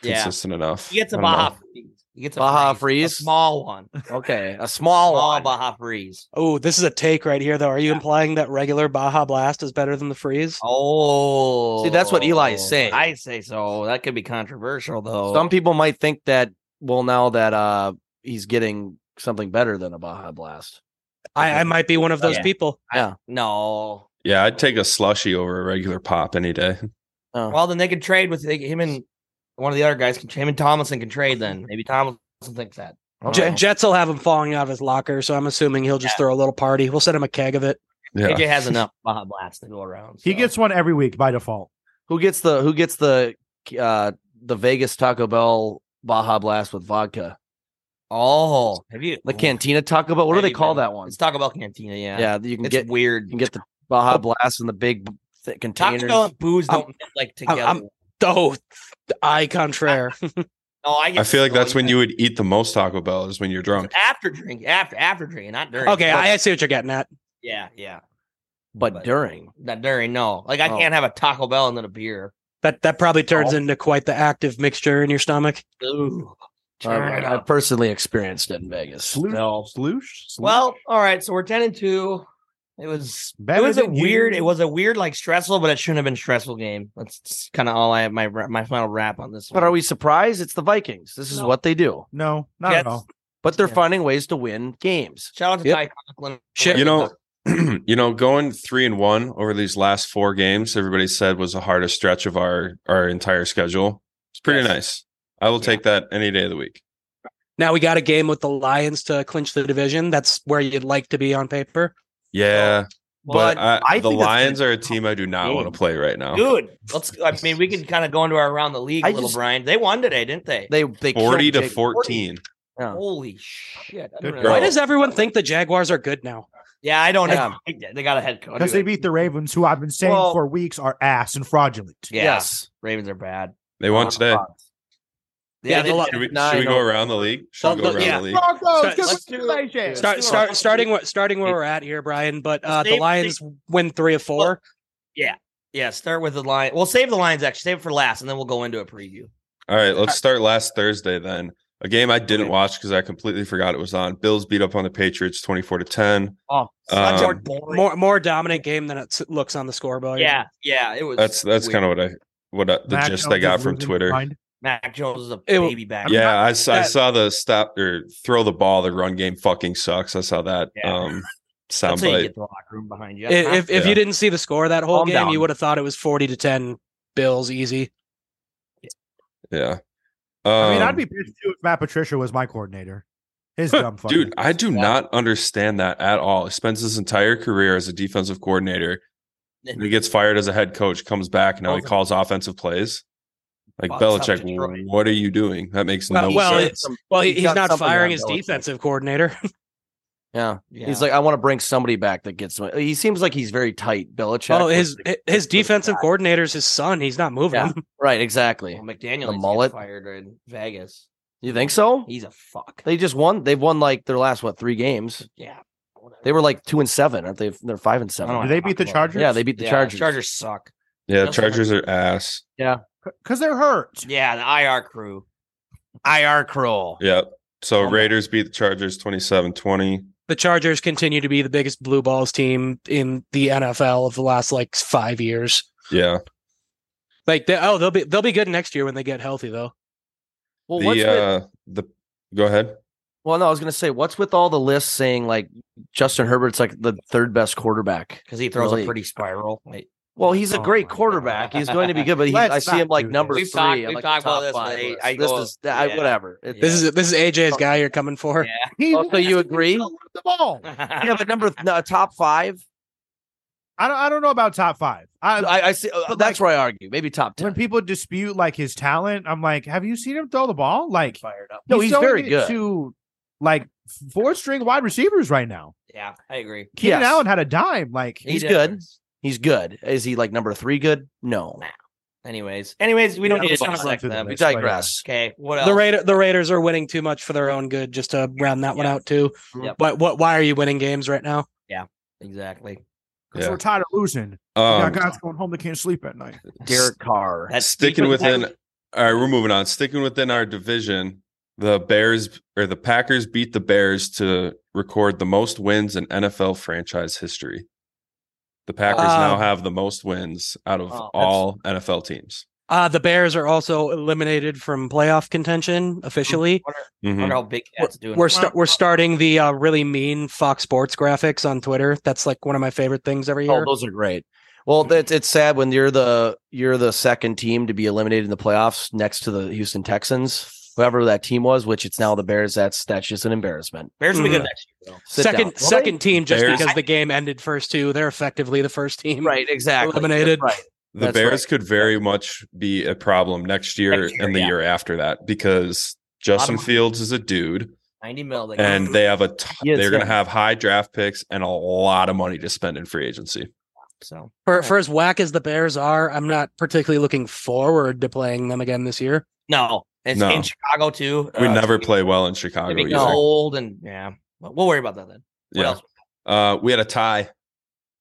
Yeah, consistent enough. he gets a I don't know. Baja. Freeze. He gets a Baja a freeze? small one, Okay. *laughs* A small small one. Baja freeze. Oh, this is a take right here, though. Are you implying that regular Baja Blast is better than the freeze? Oh, See, that's what Eli is saying. I say so. That could be controversial, though. Some people might think that well now that uh he's getting something better than a Baja Blast. I, I might be one of those Oh, Yeah. people. no. Yeah, I'd take a slushy over a regular pop any day. Well, then they could trade with they, him and one of the other guys. Can, him and Tomlinson can trade. Then maybe Tomlinson thinks that. J- Jets will have him falling out of his locker, so I'm assuming he'll just throw a little party. We'll send him a keg of it. Yeah. AJ *laughs* has enough Baja blasts to go around. He so. gets one every week by default. Who gets the who gets the uh the Vegas Taco Bell Baja Blast with vodka? oh, have you The Cantina Taco Bell. What do Have they you call been- that one? It's Taco Bell Cantina. Yeah, Yeah, you can it's get weird. you can get the Baja Blast in the big b- thick Taco containers. Bell and booze I'm- don't mix, like I'm- together. I'm- Oh, I contraire. no, I, get I feel like so that's when mad. you would eat the most Taco Bell is when you're drunk. after drink after after drinking, not during. okay, But- I I see what you're getting at. yeah, yeah, but, but- during not during. No, like I Oh. can't have a Taco Bell and then a beer. That that probably turns Oh. into quite the active mixture in your stomach. Ooh. uh, Turn it I up. personally experienced it in Vegas. Sloosh, No. sloosh, sloosh. Well, all right. So we're ten and two. It was Better it was a than you. weird it was a weird like stressful, but it shouldn't have been stressful game. That's kind of all I have my ra- my final wrap on this. But one. are we surprised? It's the Vikings. This is No. what they do. no, not at Jets- all. But they're Yeah. finding ways to win games. Shout out to Yep. Ty Conklin. Shit. You know, *clears throat* you know, going three and one over these last four games, everybody said was the hardest stretch of our our entire schedule. It's pretty Yes. nice. I will Yeah. take that any day of the week. Now we got a game with the Lions to clinch the division. That's where you'd like to be on paper. Yeah, But but I, I the think that's gonna Lions be are a team I do not game. want to play right now. dude. Let's. I mean, we could kind of go into our around the league, a I little just- Brian. They won today, didn't they? They they killed Forty to Jake- fourteen. Yeah. Holy shit! Good I didn't girl. realize- Why Bro. does everyone think the Jaguars are good now? Yeah, I don't Yeah. know. They got a head coach. Because they beat the Ravens, who I've been saying Well- for weeks are ass and fraudulent. Yeah, Yes. Ravens are bad. They won today. Yeah, they the Li- did. Should we, should Nine we go over. around the league? Should we Well, go around yeah. the league? Broncos, Start- good let's do- congratulations. let's Start do start it. starting where starting where we're at here, Brian. But uh, the Save- Lions win three of four. Yeah, start with the line. We'll save the lines actually. Save it for last, and then we'll go into a preview. All right, let's start last Thursday then. A game I didn't watch because I completely forgot it was on. Bills beat up on the Patriots twenty four to ten. Oh, Um, More boring. More more dominant game than it s- looks on the scoreboard. yeah, yeah. It was. That's that's weird. kind of what I what I, the Mac gist Jones I got is from losing Twitter. his mind. Mac Jones is a It w- baby back. yeah, I, s- I that- saw the stop or throw the ball. The run game fucking sucks. I saw that Yeah. um, that's how you soundbite. get the locker room behind you. I- If if Yeah. you didn't see the score that whole Calm game, down. you would have thought it was forty to ten Bills easy. Yeah. I mean, Um, I'd be pissed too if Matt Patricia was my coordinator. His dumb fucking dude. I do not understand that at all. He spends his entire career as a defensive coordinator, And he gets fired as a head coach, comes back, now he Both- calls offensive plays. Like Wow, that's how Belichick, Detroit- what are you doing? That makes Well- no well, sense. it's- Well, he, He's he's, got not something firing on his Belichick. defensive coordinator. *laughs* Yeah. Yeah. He's like, I want to bring somebody back that gets. He seems like he's very tight, Belichick. oh, his his the defensive coordinator's his son. He's not moving Yeah. him. right, exactly. Well, McDaniel The needs to get mullet. fired in Vegas. You think so? He's a fuck. They just won. They've won like their last what three games? Yeah. whatever. They were like two and seven, aren't they? They're five and I don't seven. Did they wanna beat the talk about it. Chargers? Yeah, they beat the Yeah, Chargers. Chargers suck. yeah, Justin Chargers are ass. because they're hurt. Yeah, the IR crew. IR Kroll. Yep. So Oh my- Raiders beat the Chargers 27 20. The Chargers continue to be the biggest blue balls team in the NFL of the last like five years. Yeah. Like, they, oh, they'll be they'll be good next year when they get healthy, though. Well, what's with- the uh the go ahead. well, no, I was gonna say, what's with all the lists saying like Justin Herbert's like the third best quarterback? Because he throws Really? a pretty spiral. *laughs* Wait, Well, he's a Oh great my quarterback. God. He's going to be good, but he, Let's I see not him like do number this. We've three. talked- in, we've like, talked the top about this, five but I- list. I this go- is I- yeah. whatever. It- This is this is Oh. AJ's guy you're coming for. He Also, you agree? The ball. yeah, but number no, top five. I don't. I don't know about top five. I, I, I see. uh, But, that's where I argue. Maybe top when ten. people dispute like his talent, I'm like, have you seen him throw the ball? Like, fired up. No, he's throwing very it good. To like four string wide receivers right now. Yeah, I agree. Keenan Yes. Allen had a dime. Like, He's He good. does. He's good. Is he like number three? Good? No. Anyways, anyways, we don't Yeah, need to let's talk just run about through the them. We list. But, yeah. digress. Okay, what else? The Raider, the Raiders are winning too much for their own good. Just to round that one out too. Yep. But what? Why are you winning games right now? Exactly. because Yeah. we're tired of losing. We Um got guys going home that can't sleep at night. Derek Carr. That's sticking defense- within all right, we're moving on. Sticking within our division, the Bears or the Packers beat the Bears to record the most wins in NFL franchise history. The Packers now Wow. have the most wins out of Oh, that's- all NFL teams. Uh, the Bears are also eliminated from playoff contention officially. Mm-hmm. I Hmm. wonder how big cats doing. We're sta- we're starting the uh, really mean Fox Sports graphics on Twitter. That's like one of my favorite things every Oh, year. those are great. Well, that's it's sad when you're the you're the second team to be eliminated in the playoffs next to the Houston Texans, whoever that team was, which it's now the Bears. That's that's just an embarrassment. Bears will be good Mhm. next year. Though. Sit second down. second team just Bears- because the game ended first two. They're effectively the first team. right, exactly Eliminated. Right. The That's Bears right. could very much be a problem next year, Next year, and the yeah. year after that because Justin Bottom- Fields is a dude, Ninety mil. They and they have a t- He is they're going to him. have high draft picks and a lot of money to spend in free agency. so For for as whack as the Bears are, I'm not particularly looking forward to playing them again this year. no, it's No. in Chicago too. We Uh, never it's play well in gonna Chicago. be Either. cold and yeah. But we'll worry about that then. What Yeah. else? Uh, we had a tie.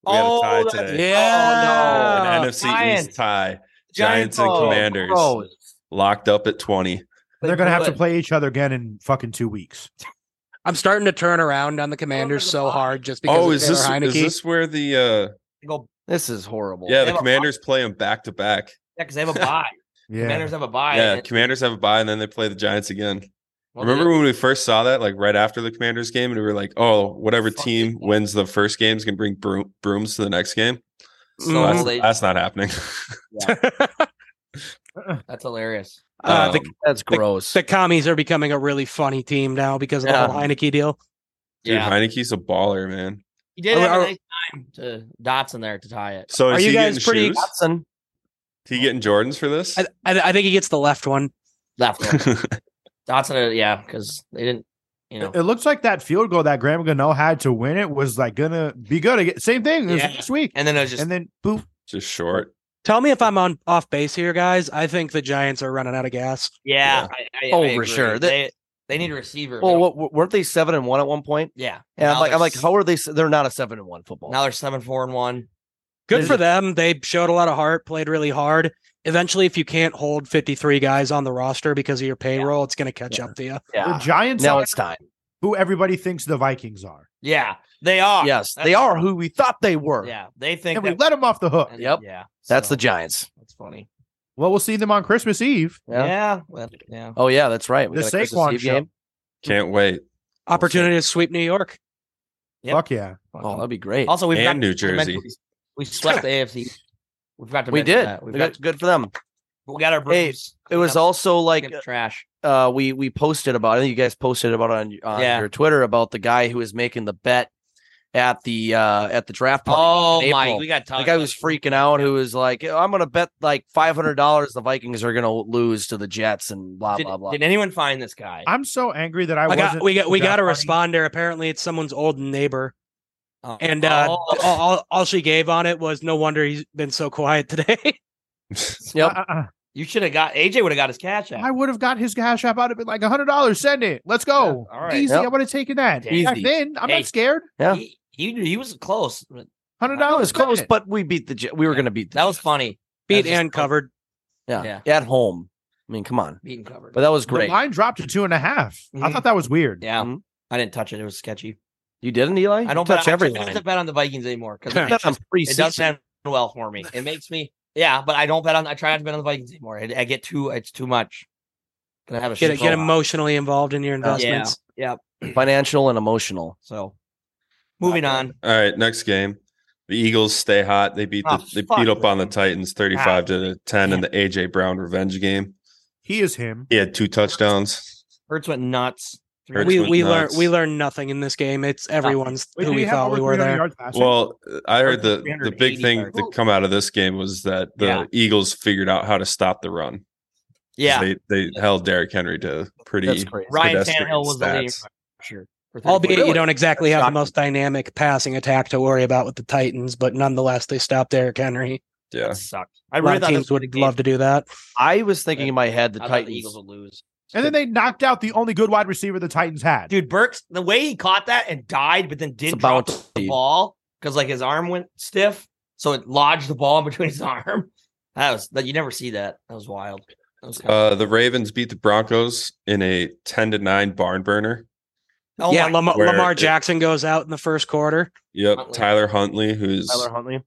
We Oh, had a tie that's- today. Yeah. Oh, An NFC Giants. East tie Giants Giants and oh, Commanders. gross. locked up at 20. They're gonna have to But- play each other again in fucking two weeks. I'm starting to turn around on the Commanders the so bottom. hard just because Oh, of is Taylor this Heineke. is this where the uh They go This is horrible. yeah, They the have a- Commanders play them back to back. yeah, because they have a buy. Yeah. Commanders have a buy. Yeah, Commanders have a bye and then they play the Giants again. Well, Remember they- when we first saw that, like right after the Commanders game, and we were like, "Oh, whatever Fuck team yeah. wins the first game is gonna bring broom- brooms to the next game." Mm-hmm. So Well, that's, they- that's not *laughs* happening. that's hilarious. uh, the, Um, that's gross. the commies are becoming a really funny team now because of Yeah. the whole Heineke deal. dude, Yeah, Heineke's a baller, man. he did Are- have are- a nice time to dots in there to tie it. So Are is you he guys getting pretty- shoes? Watson. Is he getting Jordans for this? I, I, I think he gets the left one. Left one. *laughs* dots in it. Yeah, because they didn't. You know, It, it looks like that field goal that Graham Gano had to win it was like gonna be good again. Same thing as Yeah. last week. and then it was just And then boop. Just short. Tell me if I'm on off base here, guys. I think the Giants are running out of gas. yeah. I, I, Oh, I for agree. sure. They- They, they need a receiver. They Well, don't- what, weren't they seven and one at one point? yeah. And I'm Now like, I'm they're like, s- how are they? s- They're not a seven and one football. now they're seven four and one. Good Is for it- them. They showed a lot of heart, played really hard. Eventually, if you can't hold 53 guys on the roster because of your payroll, it's going to catch up to you. The Giants Now are it's time. who everybody thinks the Vikings are. Yeah, they are. Yes, they That's- are who we thought they were. Yeah, they think And we that, let them off the hook. and- Yep. Yeah, That's so, the Giants. That's funny. Well, we'll see them on Christmas Eve. Yeah. Yeah, yeah, well, yeah. Oh yeah, that's right. The got a Christmas Saquon Eve show. Can't wait. Opportunity to sweep New York. Yep. Fuck yeah. Oh, that'd be great. also, we've and got New to mention- Jersey. We swept the AFC. We've got to. we mention did. That. We've We got. got, good for them. we got our. Braves. It was also like trash. uh, we we posted about. I think you guys posted about it on, on Yeah. your Twitter about the guy who was making the bet at the uh at the draft party. Oh in my, April. we got the talked. guy about was it. freaking out who was like, I'm gonna bet like five hundred dollars the Vikings are gonna lose to the Jets and blah Did, blah blah. did anyone find this guy? I'm so angry that I, I wasn't. got we got we got a Party. responder. Apparently, it's someone's old neighbor, Oh. and uh, Oh. all, all all she gave on it was no wonder he's been so quiet today. *laughs* Yep. Uh, uh, uh. you should have got AJ. Would have got his cash out. I would have got his cash app. I'd have been like hundred dollars. Send it. Let's go. Yeah, all right. Easy. Yep. I would have taken that. Easy. Back then, I'm Hey. not scared. Yeah. He, he he was close. but Hundred That dollars was close, but we beat the Jets. We were gonna beat the That was funny. Beat That's just- and covered. yeah, at home. I mean, come on. Beaten covered. But that was the great. line dropped to two and a half. I Mhm. thought that was weird. yeah, Mhm. I didn't touch it. It was sketchy. You didn't, Eli? I don't touch bet, every I line. *laughs* don't bet on the Vikings anymore because You bet on it preseason. doesn't end well for me. It makes me yeah, but I don't bet on. I try not to bet on the Vikings anymore. I, I get too. It's too much. Gonna have a Get shit get blowout. emotionally involved in your investments. financial and emotional. So moving on. All right, next game. The Eagles stay hot. They beat the, Oh, they fuck. Ah, beat up on the Titans 35 to 10 in the AJ Brown revenge game. He is him. He had two touchdowns. Hurts went nuts. Hurts We went we learn nuts. we learn nothing in this game. It's everyone's Wait, who did he we have thought over we were 300 there. yards passing? Well, I heard the the big 380 thing yards. that come out of this game was that the Yeah. Eagles figured out how to stop the run. 'Cause Yeah, they they held Derrick Henry to pretty That's crazy. Ryan pedestrian Tannehill was the leading stats. rusher. for Albeit 34. you don't exactly have the shocking. most dynamic passing attack to worry about with the Titans, but nonetheless they stopped Derrick Henry. yeah. That sucked. I A lot really of thought teams this was a would game. love to do that. I was thinking in my head the I thought the Titans. Eagles would lose. and then they knocked out the only good wide receiver the Titans had. Dude, Burks, the way he caught that and died, but then It's a did drop the bounty. ball because like his arm went stiff, so it lodged the ball *laughs* in between his arm. That was that you never see that. That was wild. That was kinda- Uh, the Ravens beat the Broncos in a 10 to 9 barn burner. oh yeah, my Lamar, Where Lamar it- Jackson goes out in the first quarter. Yep, Huntley. Tyler Huntley who's Tyler Huntley.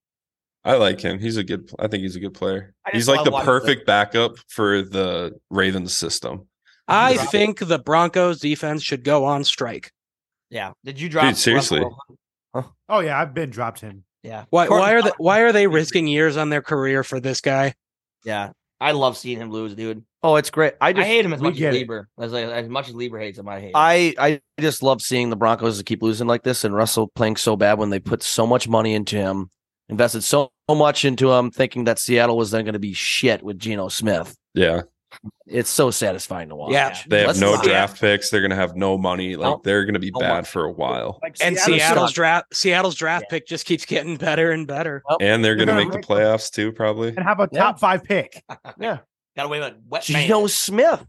I like him. He's a good. pl- I think he's a good player. I just He's like love the watching perfect backup for the Ravens system. I Right. think the Broncos defense should go on strike. yeah. Did you drop seriously. Oh yeah, I've been dropped him. Yeah. Why, Courtney why are they Cox. why are they risking years on their career for this guy? Yeah. I love seeing him lose, dude. Oh, it's great. I I, just hate him as we much get as it. Lieber. As, as much as Lieber hates him, I hate him. I I just love seeing the Broncos keep losing like this and Russell playing so bad when they put so much money into him, invested so much into him, thinking that Seattle was then going to be shit with Geno Smith. Yeah, It's so satisfying to watch. Yeah. they have Let's no not- draft picks. They're gonna have no money. Like No. they're gonna be No money. bad for a while, Like And Seattle Seattle's sucked. draft Seattle's draft pick just keeps getting better and better. and they're They're gonna gonna make the make- playoffs too, probably. and have a Yeah. top five pick. got away with wet Geno Smith.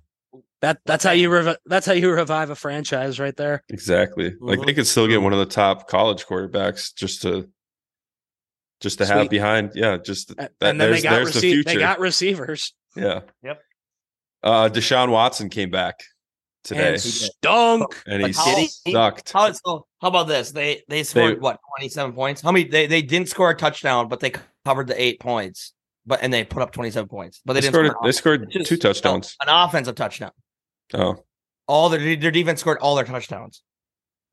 That that's how you rev- that's how you revive a franchise right there. Exactly. Like they Mhm. could still get one of the top college quarterbacks just to just to have Sweet. behind. Yeah, just And, That- and then they there's- got there's the receive- they future. got receivers yeah. Yep. Uh, Deshaun Watson came back today, and stunk. and, Like, how- he sucked. How, so, how about this? They they scored what twenty seven points. How many? They they didn't score a touchdown, but they covered the eight points. But and they put up twenty seven points. But They they, didn't scored. score They an scored It's just- two touchdowns. off- an offensive touchdown. Oh, All their their defense scored all their touchdowns.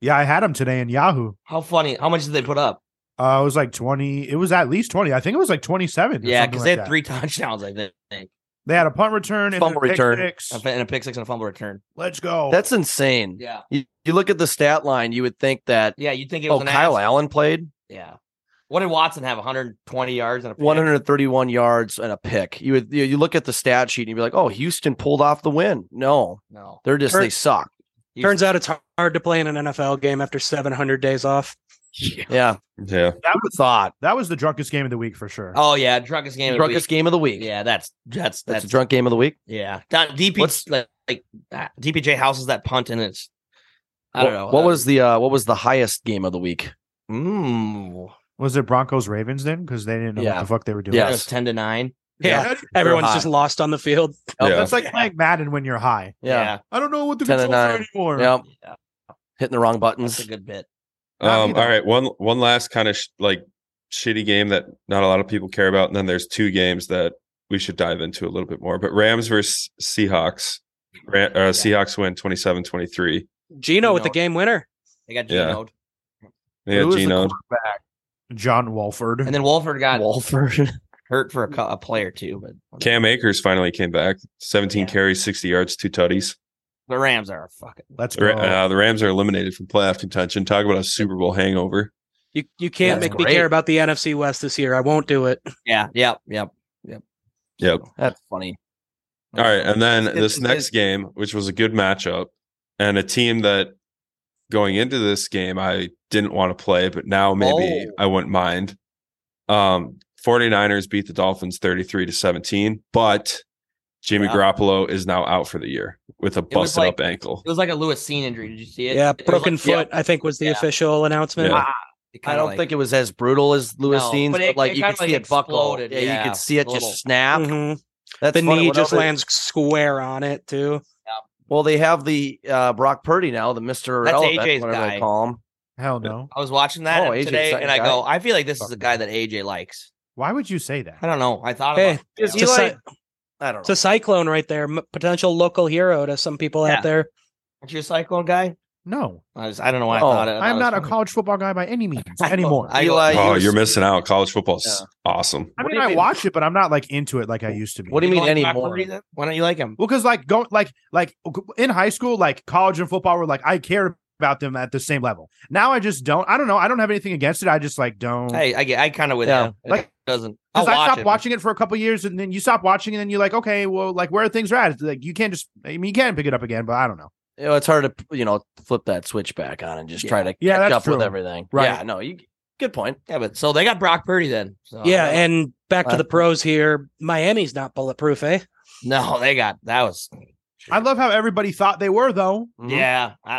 Yeah, I had him today in Yahoo. How funny? How much did they put up? Uh, it was like twenty. It was at least twenty. I think it was like twenty-seven. or Yeah, something because like they had that. three *laughs* touchdowns. I think They had a punt return and Fumble a pick return. six. and a pick six and a fumble return. Let's go. Oh. That's insane. Yeah, You, you look at the stat line, you would think that yeah. You think it was oh an Kyle ass- Allen played Yeah. What did Watson have? One hundred twenty yards and a pick? 131 yards and a pick. You would you, you look at the stat sheet and you'd be like, oh, Houston pulled off the win. No, No. they're just Tur- they suck. Turns out it's hard to play in an NFL game after 700 days off. Yeah, yeah. that who was thought that was the drunkest game of the week for sure. Oh yeah, drunkest game. of the drunkest game of the week. week. Yeah, that's That's that's that's a drunk game of the week. Yeah, Don, DP What's- like, like uh, DPJ houses that punt and it's I What- don't know What was the uh what was the highest game of the week? mm, Was it Broncos Ravens then? Because they didn't know Yeah. what the fuck they were doing. Yeah. it was ten to nine. Yeah. Everyone's hot. just lost on the field. Oh, Yeah. That's like playing Madden when you're high. Yeah. I don't know what the 10 to controls are 9. anymore. yeah. Hmm. yeah, Hitting the wrong buttons. that's a good bit. Not Um, either. all right, one one last kind of sh- like shitty game that not a lot of people care about, and then there's two games that we should dive into a little bit more. But Rams versus Seahawks, Ra- uh, Yeah. Seahawks win 27-23. Gino with the Gino. game winner. They got Yeah. Geno, They had Who was the Geno. quarterback? John Walford. and then Wolford got Wolford. *laughs* hurt for a, cou- a play or two, but Cam Akers finally came back. Seventeen Yeah. carries, sixty yards, two tutties. the Rams are fucking. Let's The go. Ra- Uh, the Rams are eliminated from playoff contention. Talk about a Super Bowl hangover. You you can't That's make me great. care about the NFC West this year. I won't do it. Yeah, yep, yep, yep. Yep. That's funny. All right, uh, and then It's- this it's- next game, which was a good matchup, and a team that going into this game I didn't want to play, but now maybe Oh. I wouldn't mind. Um 49ers beat the Dolphins 33 to 17, but Jimmy Yeah. Garoppolo is now out for the year with a was busted like- up ankle. It was like a Lewisine injury. Did you see it? yeah, It was broken like- foot. I think was the Yeah. official announcement. Yeah. It I kinda don't like- think it was as brutal as Lewis No, Dean's, but but, it- like it you could kinda, like, see it buckle. exploded, Yeah, you yeah, could see it a little. Mm-hmm. just snap. Mhm. That's The funny, knee just whatever- lands square on it too. Well, they have the uh, Brock Purdy now, the Mister That's Irrelevant, AJ's whatever guy. they call him. Hell no. I was watching that Oh, and AJ 's today, second and I guy. go, I feel like this is a guy that AJ likes. Why would you say that? I don't know. I thought Hey, about it. it's, Yeah. a, cy- I don't it's a cyclone right there. M- potential local hero to some people Yeah. out there. Aren't you a cyclone guy? No, I, was, I don't know why I Oh, thought it. I I'm was not a funny. college football guy by any *laughs* means *laughs* I know. anymore. I know. go- Eli, Oh, you- you're missing out. College football's Yeah. awesome. I What do mean, you I mean? watch it, but I'm not like into it like I used to be. What do you mean like Brock anymore? Purdy then? Why don't you like him? Well, because like go like like in high school, like college and football were like I cared about them at the same level. Now I just don't. I don't know. I don't have anything against it. I just like don't. Hey, I get. I kind of with Yeah. him. It Like- doesn't. I'll Because I watch stopped it, but- watching it for a couple years, and then you stop watching, and then you're like, okay, well, like where are things at? It's Like you can't just. I mean, you can pick it up again, but I don't know. You know, it's hard to you know flip that switch back on and just try to Yeah, catch that's up with true. everything. Right. Yeah, no, you good point. Yeah, but so they got Brock Purdy then. So, yeah, and back to Uh, the pros here. Miami's not bulletproof, eh? no, they got that was. I love how everybody thought they were though. Mhm. Yeah, I,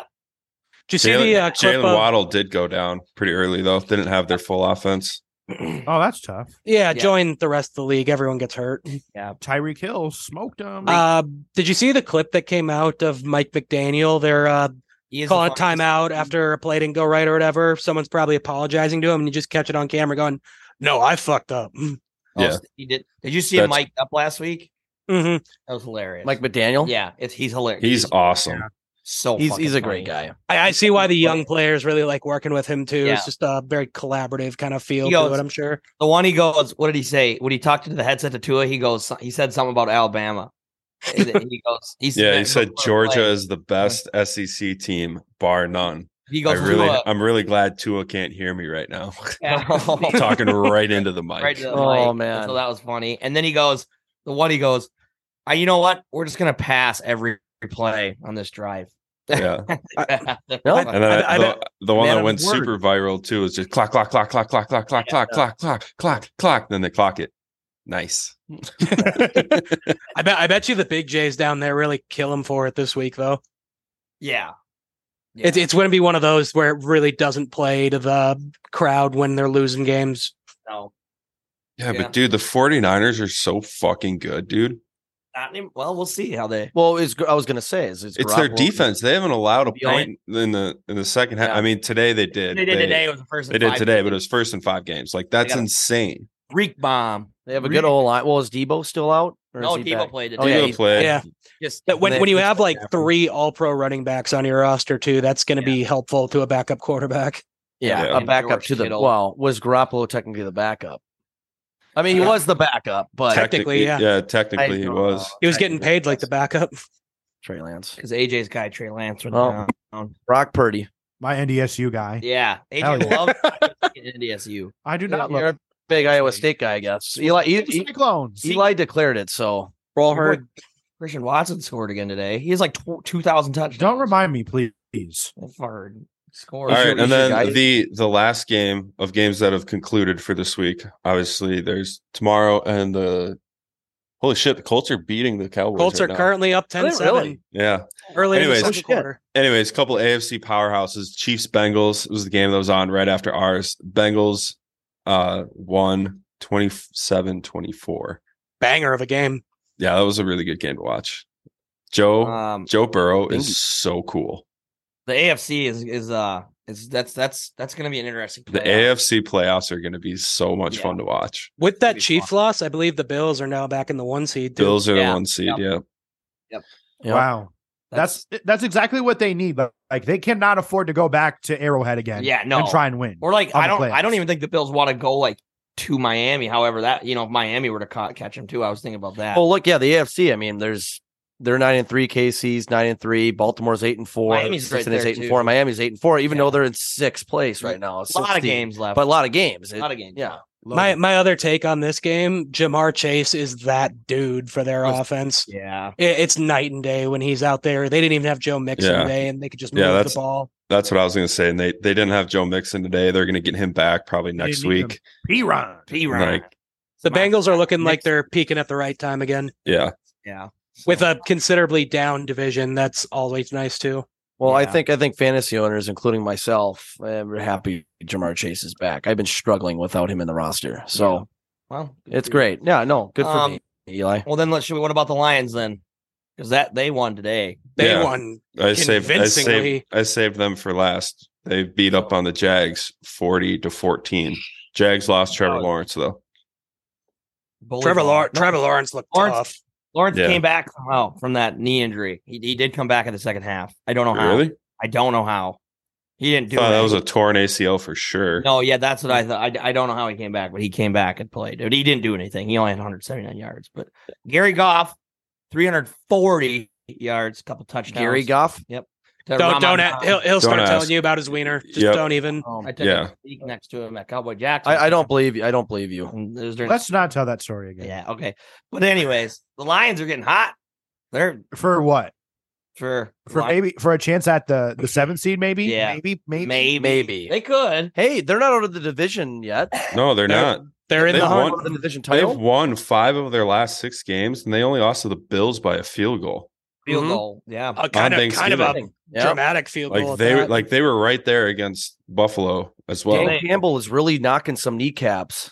Did you see the uh, Jalen clip Jalen of- Waddle did go down pretty early though. Didn't have their full offense. Oh, that's tough. yeah, Yeah. join the rest of the league. Everyone gets hurt. Tyreek Hill smoked him. Uh, did you see the clip that came out of Mike McDaniel? They're uh, he is the calling a funniest- timeout after a play didn't go right or whatever. Someone's probably apologizing to him, and you just catch it on camera going, "No, I fucked up." *laughs* Oh, Yeah. he did. Did you see him That's- mic up last week? hmm That was hilarious. Mike McDaniel. yeah, it's he's hilarious. He's awesome. so he's fucking he's a great funny. guy. I, I see why the young players really like working with him too. Yeah. It's just a very collaborative kind of feel He to goes- it. I'm sure. The one he goes, what did he say when he talked to the headset to Tua? He goes, he said something about Alabama. And he goes, he's Yeah, he said Georgia is the best SEC team, bar none. He I goes, really, Tua. I'm really glad Tua can't hear me right now. *laughs* *laughs* Yeah. Talking right into the mic. right uh, to the Oh, mic. man. so that was funny. And then he goes, the one he goes, "Ah, you know what? We're just gonna pass every play on this drive. yeah, *laughs* No, and then I- I- the, the one man that of went his word. super viral too is just clock, clock, clock, clock, clock, clock, clock, clock, clock, clock, clock, clock. Then they clock it. Nice. I bet. I bet you the big Jays down there really kill him for it this week, though. yeah. yeah. It's it's going to be one of those where it really doesn't play to the crowd when they're losing games. no, Yeah, Yeah. but dude, the 49ers are so fucking good, dude. not any- well, we'll see how they. Well, is I was gonna say is It's their Garoppolo- defense. They haven't allowed a Yeah. point in the in the second half. Yeah. I mean, today they did. They did today. It was the first. They did today, but it was first in five games. Like that's got a- insane. Reek bomb. They have a good old line. Well, is Debo still out? Or No, is he Debo back? played today. Oh, yeah, Debo he's- played. Yeah, Just that when They- when you have like happen. three All Pro running backs on your roster too, that's going to Yeah. be helpful to a backup quarterback. Yeah, Yeah. a backup George to the Kittle. well was Garoppolo technically the backup. I mean, he Yeah. was the backup, but Technic- Technically, yeah. Yeah, technically I uh, he don't was. know. He was getting paid like the backup. Trey Lance, because AJ's guy Trey Lance went Oh. down. Brock Purdy. My NDSU guy. *laughs* Yeah, Hell AJ yeah. loves NDSU. I do You're not you're love a big Iowa State guy, I guess. Eli, E- E- Cyclones. Eli declared it, so Roll Your boy herd. Christian Watson scored again today. He has like tw- two thousand touchdowns. Don't remind me, please. I've heard. Score. All right, your- and is your guy- then the the last game of games that have concluded for this week. Obviously, there's tomorrow and the holy shit, the Colts are beating the Cowboys. Colts are right now. currly up 10 7 Oh, Really? Yeah. early Anyways. in the Oh, second shit. quarter. Anyways, a couple AFC powerhouses. Chiefs Bengals was the game that was on right after ours. Bengals uh won 27-24. Banger of a game. Yeah, that was a really good game to watch. Joe Uh, Um, Joe Burrow Thank you. is so cool. the AFC is is uh is that's that's that's going to be an interesting. The playoff. AFC playoffs are going to be so much Yeah. fun to watch. With Pretty that fun. Chiefs loss, I believe the Bills are now back in the one seed. Too. Bills are Yeah. the one seed. Yeah. Yeah. Wow. That's That's- that's exactly what they need. Like, like they cannot afford to go back to Arrowhead again. Yeah, no. and try and win. or like on the I don't I don't playoffs. even think the Bills want to go like to Miami. However, that you know if Miami were to ca- catch him too, I was thinking about that. Well, look, yeah, the AFC. I mean, there's they're nine and three. KC's nine and three. Baltimore's eight and four. Miami's right Cincinnati's there, eight and too. four. Miami's eight and four. Even Yeah. though they're in sixth place right now, It's a lot still of steep. games left. but a lot of games. a lot of games. yeah. My my other take on this game, Jamar Chase is that dude for their Was- offense. Yeah. It, it's night and day when he's out there. They didn't even have Joe Mixon Yeah. today, and they could just Yeah, move that's- the ball. That's what I was going to say. And they, they didn't have Joe Mixon today. They're going to get him back probably next need week. P Ron. P-Ryan. Like- The My- Bengals are looking like Mixon. they're peaking at the right time again Yeah. Yeah. with a considerably down division. That's always nice too. Well, I Yeah. think I think fantasy owners, including myself, am happy Jamar Chase is back. I've been struggling without him in the roster, so Well, good it's for you. great. Yeah, no, good for Um, me, Eli. Well, then let's. Should we, what about the Lions then? Because that they won today. They Yeah. won. I saved, I saved Convincingly. I saved them for last. They beat up on the Jags 40 to 14. Jags lost Trevor Oh. Lawrence though. Bully Trevor ball. Lawrence. No, Trevor Lawrence looked Lawrence- tough. Lawrence Yeah. came back somehow from that knee injury. He, he did come back in the second half. I don't know how. Really? I don't know how. He didn't do Thought it. that was a torn ACL for sure. no, yeah, that's what I thought. I, I don't know how he came back, but he came back and played. But he didn't do anything. He only had 179 yards. But Gary Goff, 340 yards, a couple touchdowns. Gary Goff. To Don't Ramon don't. a- Brown. He'll, he'll start Don't telling ask. you about his wiener. Just Yep. don't even. I took Yeah. a peek next to him at Cowboy Jackson. I, I don't believe you. I don't believe you. And it was during- Let's not tell that story again. yeah, okay. But anyways, the Lions are getting hot. They're For what? for For Lions- maybe for a chance at the the seventh seed, maybe, Yeah. maybe, maybe. maybe Maybe. they could. Hey, they're not out of the division yet. No, they're They're- not. They're in They the They're won. hunt. out of the division They've title. won five of their last six games, and they only lost to the Bills by a field goal. Field Mhm. goal. Yeah. A kind of kind of a Thanksgiving. Yeah. dramatic field goal. Like at they Oh, that. like they were right there against Buffalo as well. Dan Campbell is really knocking some kneecaps.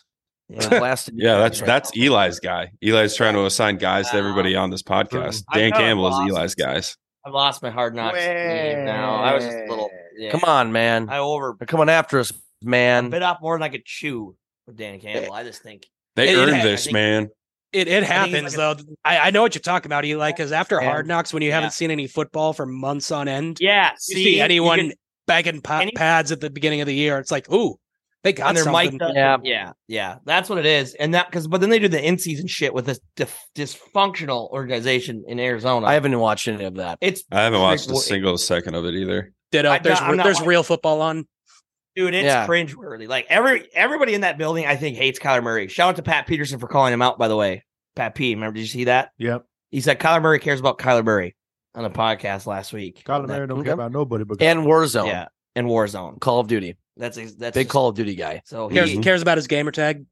Yeah. Blasted *laughs* yeah, kneecaps that's right that's Eli's guy. Eli's trying to assign guys to everybody on this podcast. I Dan know it Campbell is lost. Eli's guys. I've lost my hard knocks. believe Now I was just a *laughs* little. now. Yeah. Come on, man. I over They're coming after us, man. bit off more than I could chew with Danny Campbell. I just think They It- it earned had- this, I think- man. It it think happens he's though. I, I know what you're talking about, Eli. Because after Yeah. Hard Knocks, when you Yeah. haven't seen any football for months on end, yeah. you see anyone bagging pa- any- pads at the beginning of the year, it's like, ooh, they got on their mic? something. Yeah. yeah, yeah. That's what it is, and that because but then they do the in season shit with this dif- dysfunctional organization in Arizona. I haven't watched any of that. it's I haven't watched a Well, it- single second of it either. Ditto. I don't- there's I'm not there's watching. real football on. dude, it's Yeah. cringeworthy. Like every everybody in that building, I think hates Kyler Murray. Shout out to Pat Peterson for calling him out. By the way, Pat P. Remember, did you see that? Yep. He said Kyler Murray cares about Kyler Murray on a podcast last week. Colin Murray don't care Okay. about nobody but And Warzone. Yeah, in Warzone. Call of Duty. That's ex- that's Big just- Call of Duty guy. So he, Cares, Mhm. cares about his gamer tag.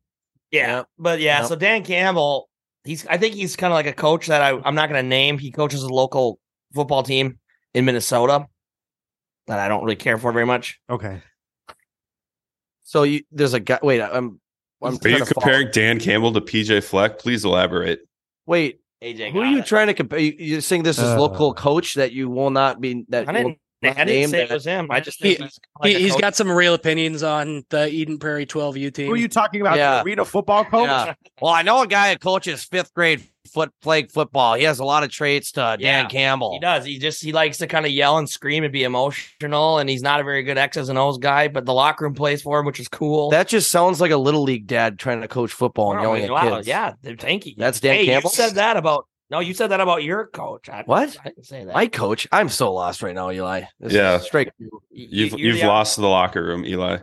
yeah, Yep. but yeah. Yep. So Dan Campbell, he's I think he's kind of like a coach that I I'm not going to name. He coaches a local football team in Minnesota that I don't really care for very much. okay. So you there's a guy. Wait, I'm. I'm Are trying you to follow- comparing Dan Campbell to PJ Fleck? Please elaborate. Wait, AJ, who are got you it. trying to compare? You- You're saying this is Uh. local coach that you will not be that I you will- didn't. I name didn't say it that. was him. I just He- think he's He, like a he's coach. got some real opinions on the Eden Prairie 12U team. Who are you talking about? Yeah. The arena football coach? Yeah. Well, I know a guy that coaches fifth grade foot playing football. He has a lot of traits to Yeah, Dan Campbell. He does. He just he likes to kind of yell and scream and be emotional, and he's not a very good X's and O's guy. But the locker room plays for him, which is cool. That just sounds like a little league dad trying to coach football and Wow, yelling at wow, kids. Yeah, they're tanky. That's Dan hey, Campbell? You said that about no, you said that about your coach. I, What? I didn't say that. My coach, I'm so lost right now, Eli. This is Yeah. straight. You've you're you've the- lost to the locker room, Eli.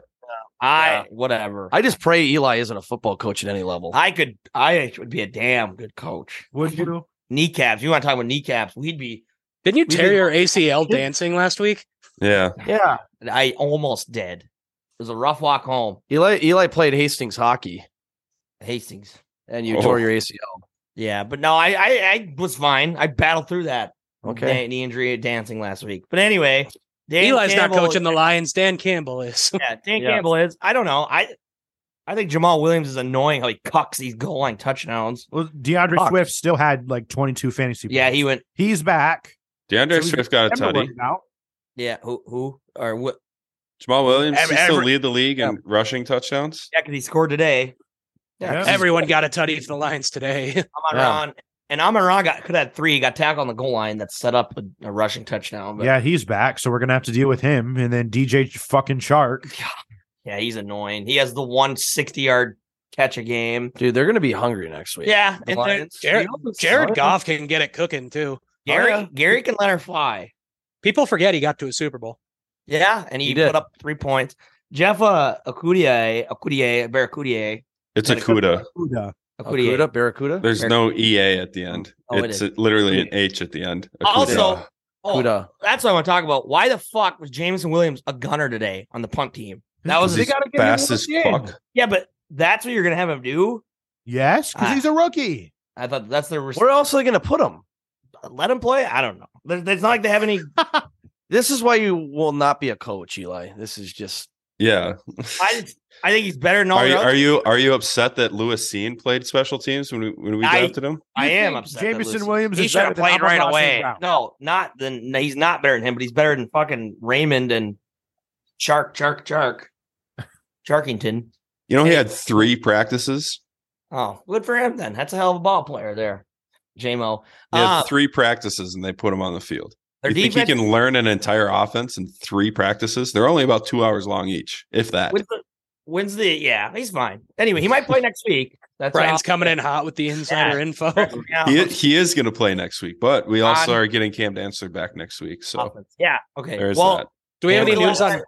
I Yeah. whatever. I, I just pray Eli isn't a football coach at any level. could. I would be a damn good coach. Would you? Kneecaps. You want to talk about kneecaps? We'd be. Didn't you We tear did- your ACL dancing last week? Yeah. yeah, I almost did. It was a rough walk home. Eli. Eli played Hastings hockey, Hastings. and you Oh. tore your ACL. Yeah, but no, I, I I was fine. I battled through that Okay. knee- knee injury at dancing last week. But anyway, Dan Eli's Campbell- not coaching the Lions. Dan Campbell *laughs* is. Yeah, Dan Yeah. Campbell is. I don't know. I I think Jamal Williams is annoying how he cucks these goal line touchdowns. Well, DeAndre Fuck. Swift still had like 22 fantasy. Yeah, points. he went. he's back. DeAndre So we- Swift got a Denver tutty. wasn't out. Yeah, who who or what? Jamal Williams Every- he still every- lead the league in rushing touchdowns. Yeah, because he scored today. Yeah. Yeah, Everyone got a tutty for the Lions today. *laughs* Amon Yeah. Ron and Amon Ron got could have had three. He got tackled on the goal line that set up a, a rushing touchdown. But yeah, Yeah, he's back. So we're gonna have to deal with him, and then DJ fucking Shark. yeah, he's annoying. He has the one sixty yard catch a game. Dude, they're gonna be hungry next week. Yeah, The and Lions. they're- Jared, Jared Goff can get it cooking too. Gary yeah. Gary can let her fly. People forget he got to a Super Bowl. Yeah, and he, He did. put up three points. Jeff uh, Akudier, Akudier, Barracudier, It's a CUDA. Akudier. Barracuda, Barracuda. There's no EA at the end. Oh, it it's is. literally an H at the end. A Also, CUDA. Oh, Cuda. that's what I want to talk about. Why the fuck was Jameson Williams a gunner today on the punt team? That was Because he's gotta give him fast one as game. fuck. yeah, but that's what you're gonna have him do. Yes, because Ah. he's a rookie. I thought that's their res- Where else are they going to put him? let him play. I don't know. There- It's not like they have *laughs* any. This is why you will not be a coach, Eli. This is just Yeah. I, just- I think he's better than all are, you, the other. are you are you upset that Lewis Seen played special teams when we when we I- drafted him? I You am think upset. that Jameson Lucy- Williams He is should better have than played Amon right Ross away. and Brown. No, not than no, he's not better than him, but he's better than fucking Raymond and Shark, Shark, *laughs* Shark, Sharkington. You know he had three practices. Oh, good for him then. That's a hell of a ball player there, JMO. He had Uh, three practices and they put him on the field. Their you defense think he can learn an entire offense in three practices? They're only about two hours long each, if that. wins the, wins the yeah. He's fine. Anyway, he might play next week. That's Brian's *laughs* all. coming in hot with the insider *laughs* info. Yeah. he, he is going to play next week, but we also Um, are getting Cam Dantzler back next week. So Offense. Yeah. Okay. there's well, that. Do we have any Yeah, we news lost. on?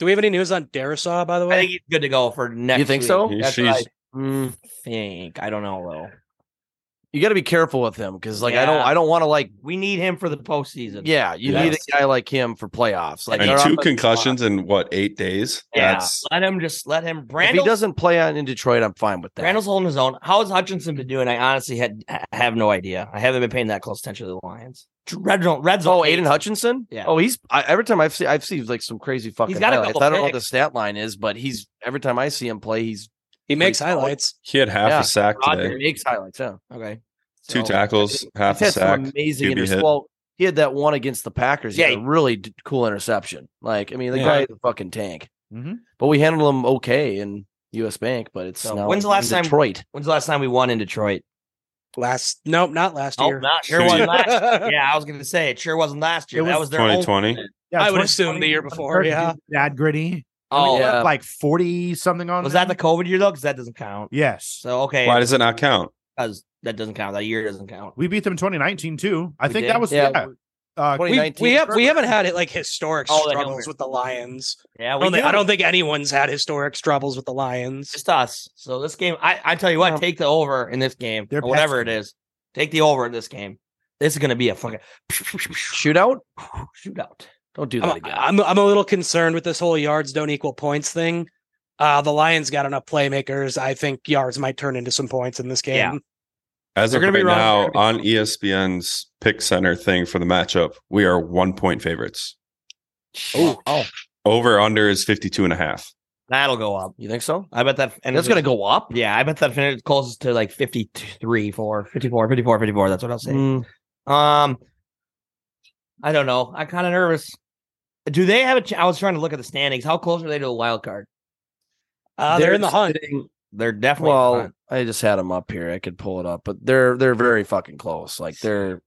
Do we have any news on Darisaw? By the I way, think he's good to go for next. You think week. so? That's what She's- I mm, think. I don't know though. you got to be careful with him because like I don't Yeah. I don't want to like We need him for the postseason. yeah you need Yes. a guy like him for playoffs like And their two offensive line- concussions in what eight days? Yeah. That's Let him just let him. If he Brandon doesn't play on in Detroit, I'm fine with that. Randall's holding his own. How has Hutchinson been doing? I honestly had I have no idea. I haven't been paying that close attention to the Lions. Red zone, red zone. Oh, Aiden Hutchinson. Yeah. Oh, he's I, every time I've seen I've seen like some crazy fucking. got a highlights. couple I don't know what the picks. stat line is, but he's every time I see him play, he's he makes pretty solid. highlights. he had half Yeah. a sack Roger today, makes highlights. Yeah, Okay. two So- tackles, half He's a had sack. some amazing QB hit. interceptions. Well, he had that one against the Packers. Yeah, Yeah, a really d- cool interception. Like I mean, the Yeah. guy is a fucking tank. Mhm. But we handled him okay in U.S. Bank. But it's So now when's the in last time- Detroit? When's the last time we won in Detroit? Last nope, not last Oh, year. not sure *laughs* wasn't last. Yeah, I was gonna say it sure wasn't last year. It that was was their Twenty own. twenty. Yeah, I would 20, assume the year before. 30, Yeah, That gritty. Oh, Yeah. Like 40 something on was that the them? COVID year though? Because that doesn't count. Yes. So okay, Why does it not count? 'cause that doesn't count. That year doesn't count. We beat them in 2019 too. I We think did? that was Yeah. yeah. Uh, we, 2019. we have we haven't had it like historic Oh, the struggles Hilliard. with the Lions. Yeah, I we don't, think, I did. don't think anyone's had historic troubles with the Lions. just us. So this game, I, I tell you what, Um, take the over in this game They're or whatever it pesky. is. Take the over in this game. This is gonna be a fucking shootout. *laughs* shootout. Don't do that I'm, again. I'm I'm a uh, little concerned with this whole yards don't equal points thing. Uh, the Lions got enough playmakers. I think yards might turn into some points in this game. Yeah. As They're of gonna right be now, wrong. on E ESPN's pick center thing for the matchup, we are one point favorites. oh, oh, Over under is 52 and a half. That'll go up. you think so? I bet that and That's gonna go up. Yeah, I bet that finishes closest to like 53, 4, 54, 54, 54. That's what I'll say. Mm, Um, I don't know. I'm kind of nervous. Do they have a? Ch- I was trying to look at the standings. How close are they to the wild card? Uh, they're in the hunt. sitting- They're definitely. Well, I just had them up here. I could pull it up, but they're they're very fucking close. Like they're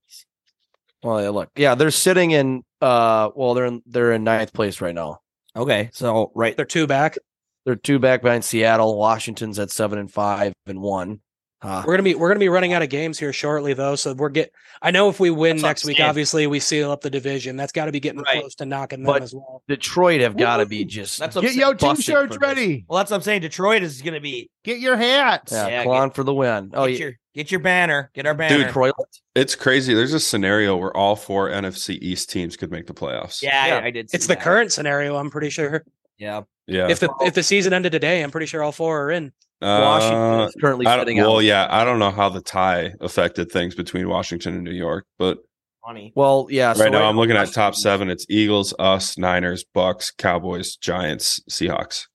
well, yeah, look, yeah, they're sitting in uh, well, they're in they're in ninth place right now. okay, so right. They're two back. They're two back behind Seattle. Washington's at seven and five and one. Uh, We're gonna be we're gonna be running out of games here shortly though, so we're get. I know if we win That's what next I'm week, saying. obviously we seal up the division. That's got to be getting Right. close to knocking them But- as well. Detroit have got to be Woo-hoo. just That's what I'm Get saying. your busted t-shirts for this. ready. Well, that's what I'm saying. Detroit is going to be. Get your hats. yeah, Yeah, clawing for the win. Oh, get yeah, your get your banner. Get our banner. Detroit. It's crazy. There's a scenario where all four NFC East teams could make the playoffs. yeah, Yeah. I, I did. see It's the that. current scenario. I'm pretty sure. Yeah, Yeah. If the if the season ended today, I'm pretty sure all four are in. Uh, Washington is currently I don't, sitting out. well, yeah, I don't know how the tie affected things between Washington and New York, but funny. Well, yeah. so right now I'm looking at top seven. It's Eagles, us, Niners, Bucks, Cowboys, Giants, Seahawks.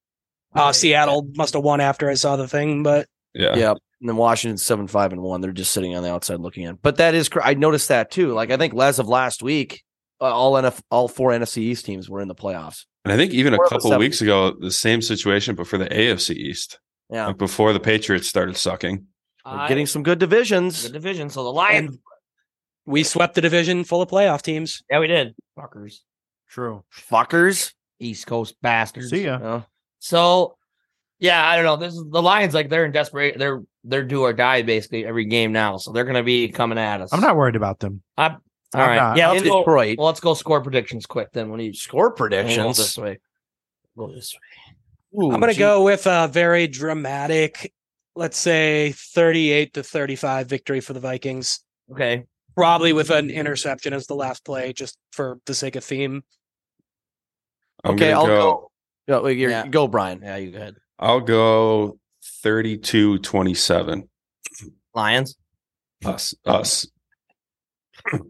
Uh, Seattle must have won after I saw the thing, but Yeah. Yep. And then Washington's seven five and one. They're just sitting on the outside looking in. But that is, cr- I noticed that too. Like I think as of last week, uh, all NF, all four NFC East teams were in the playoffs. And I think even Four a of the couple seven. weeks ago, the same situation, but for the AFC East, Yeah, like before the Patriots started sucking. we're I- getting some good the divisions. division. So the Lions. we swept the division full of playoff teams. yeah, we did. Fuckers. True. Fuckers. East Coast bastards. See ya. Yeah. So, yeah, I don't know. This is the Lions. Like they're in desperate. They're they're do or die basically every game now. So they're going to be coming at us. I'm not worried about them. All I'm right. not. Yeah, In let's go. Detroit. Well, let's go score predictions quick then. When you Score We'll go predictions. this way. We'll go this way. I'm going to go with a very dramatic, let's say 38 to 35 victory for the Vikings, Okay. probably with an interception as the last play, just for the sake of theme. I'm okay, gonna I'll go, go. No, wait, you're, Yeah. Go, Brian. Yeah, you go ahead. I'll go 32 27. Lions. Us. Us.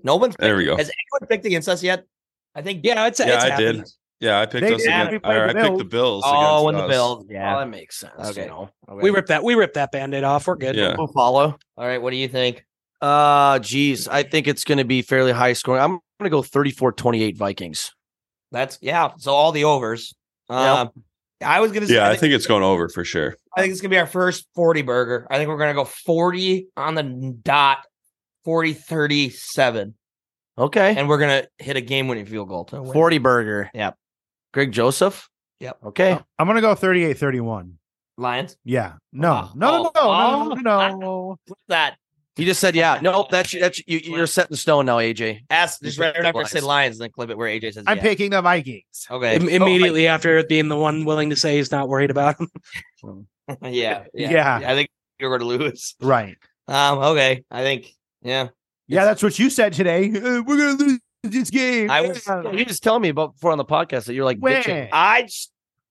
No one's There we go. Has anyone picked against us yet? I think. Yeah, it's, Yeah, it's I did. happened. Yeah, I picked They us did. We against, played or the I picked the Bills. Oh, when against the us. Bills. Oh, Yeah. that makes sense. Okay. You know. We ripped that. We ripped that band-aid off. We're good. Yeah. We'll follow. All right. What do you think? Uh, geez, I think it's going to be fairly high scoring. I'm going to go 34-28 Vikings. That's yeah. So all the overs. Um, I was gonna. Say, Yeah, I think it's going over for sure. I think it's gonna be our first 40 burger. I think we're gonna go 40 on the dot, 40 37. Okay. And we're gonna hit a game winning field goal to win. 40 burger. Yep. Greg Joseph. Yep. Okay. I'm gonna go 38 31. Lions. Yeah. No. Oh. No, no, no, no, Oh. no, no, no. What's that? He just said, yeah. Nope. That's that's you. You're set in stone now, AJ. Ask just right after I Lions. say Lions, and then clip it where AJ says. I'm yeah. picking the Vikings. Okay. Im- immediately after it being the one willing to say he's not worried about him. Oh, yeah, yeah. Yeah. I think you're going to lose. Right. Um. Okay. I think. Yeah. Yeah, that's what you said today. *laughs* Uh, we're gonna lose this game. I was- Yeah. You just telling me about before on the podcast that you're like Where? bitching. I just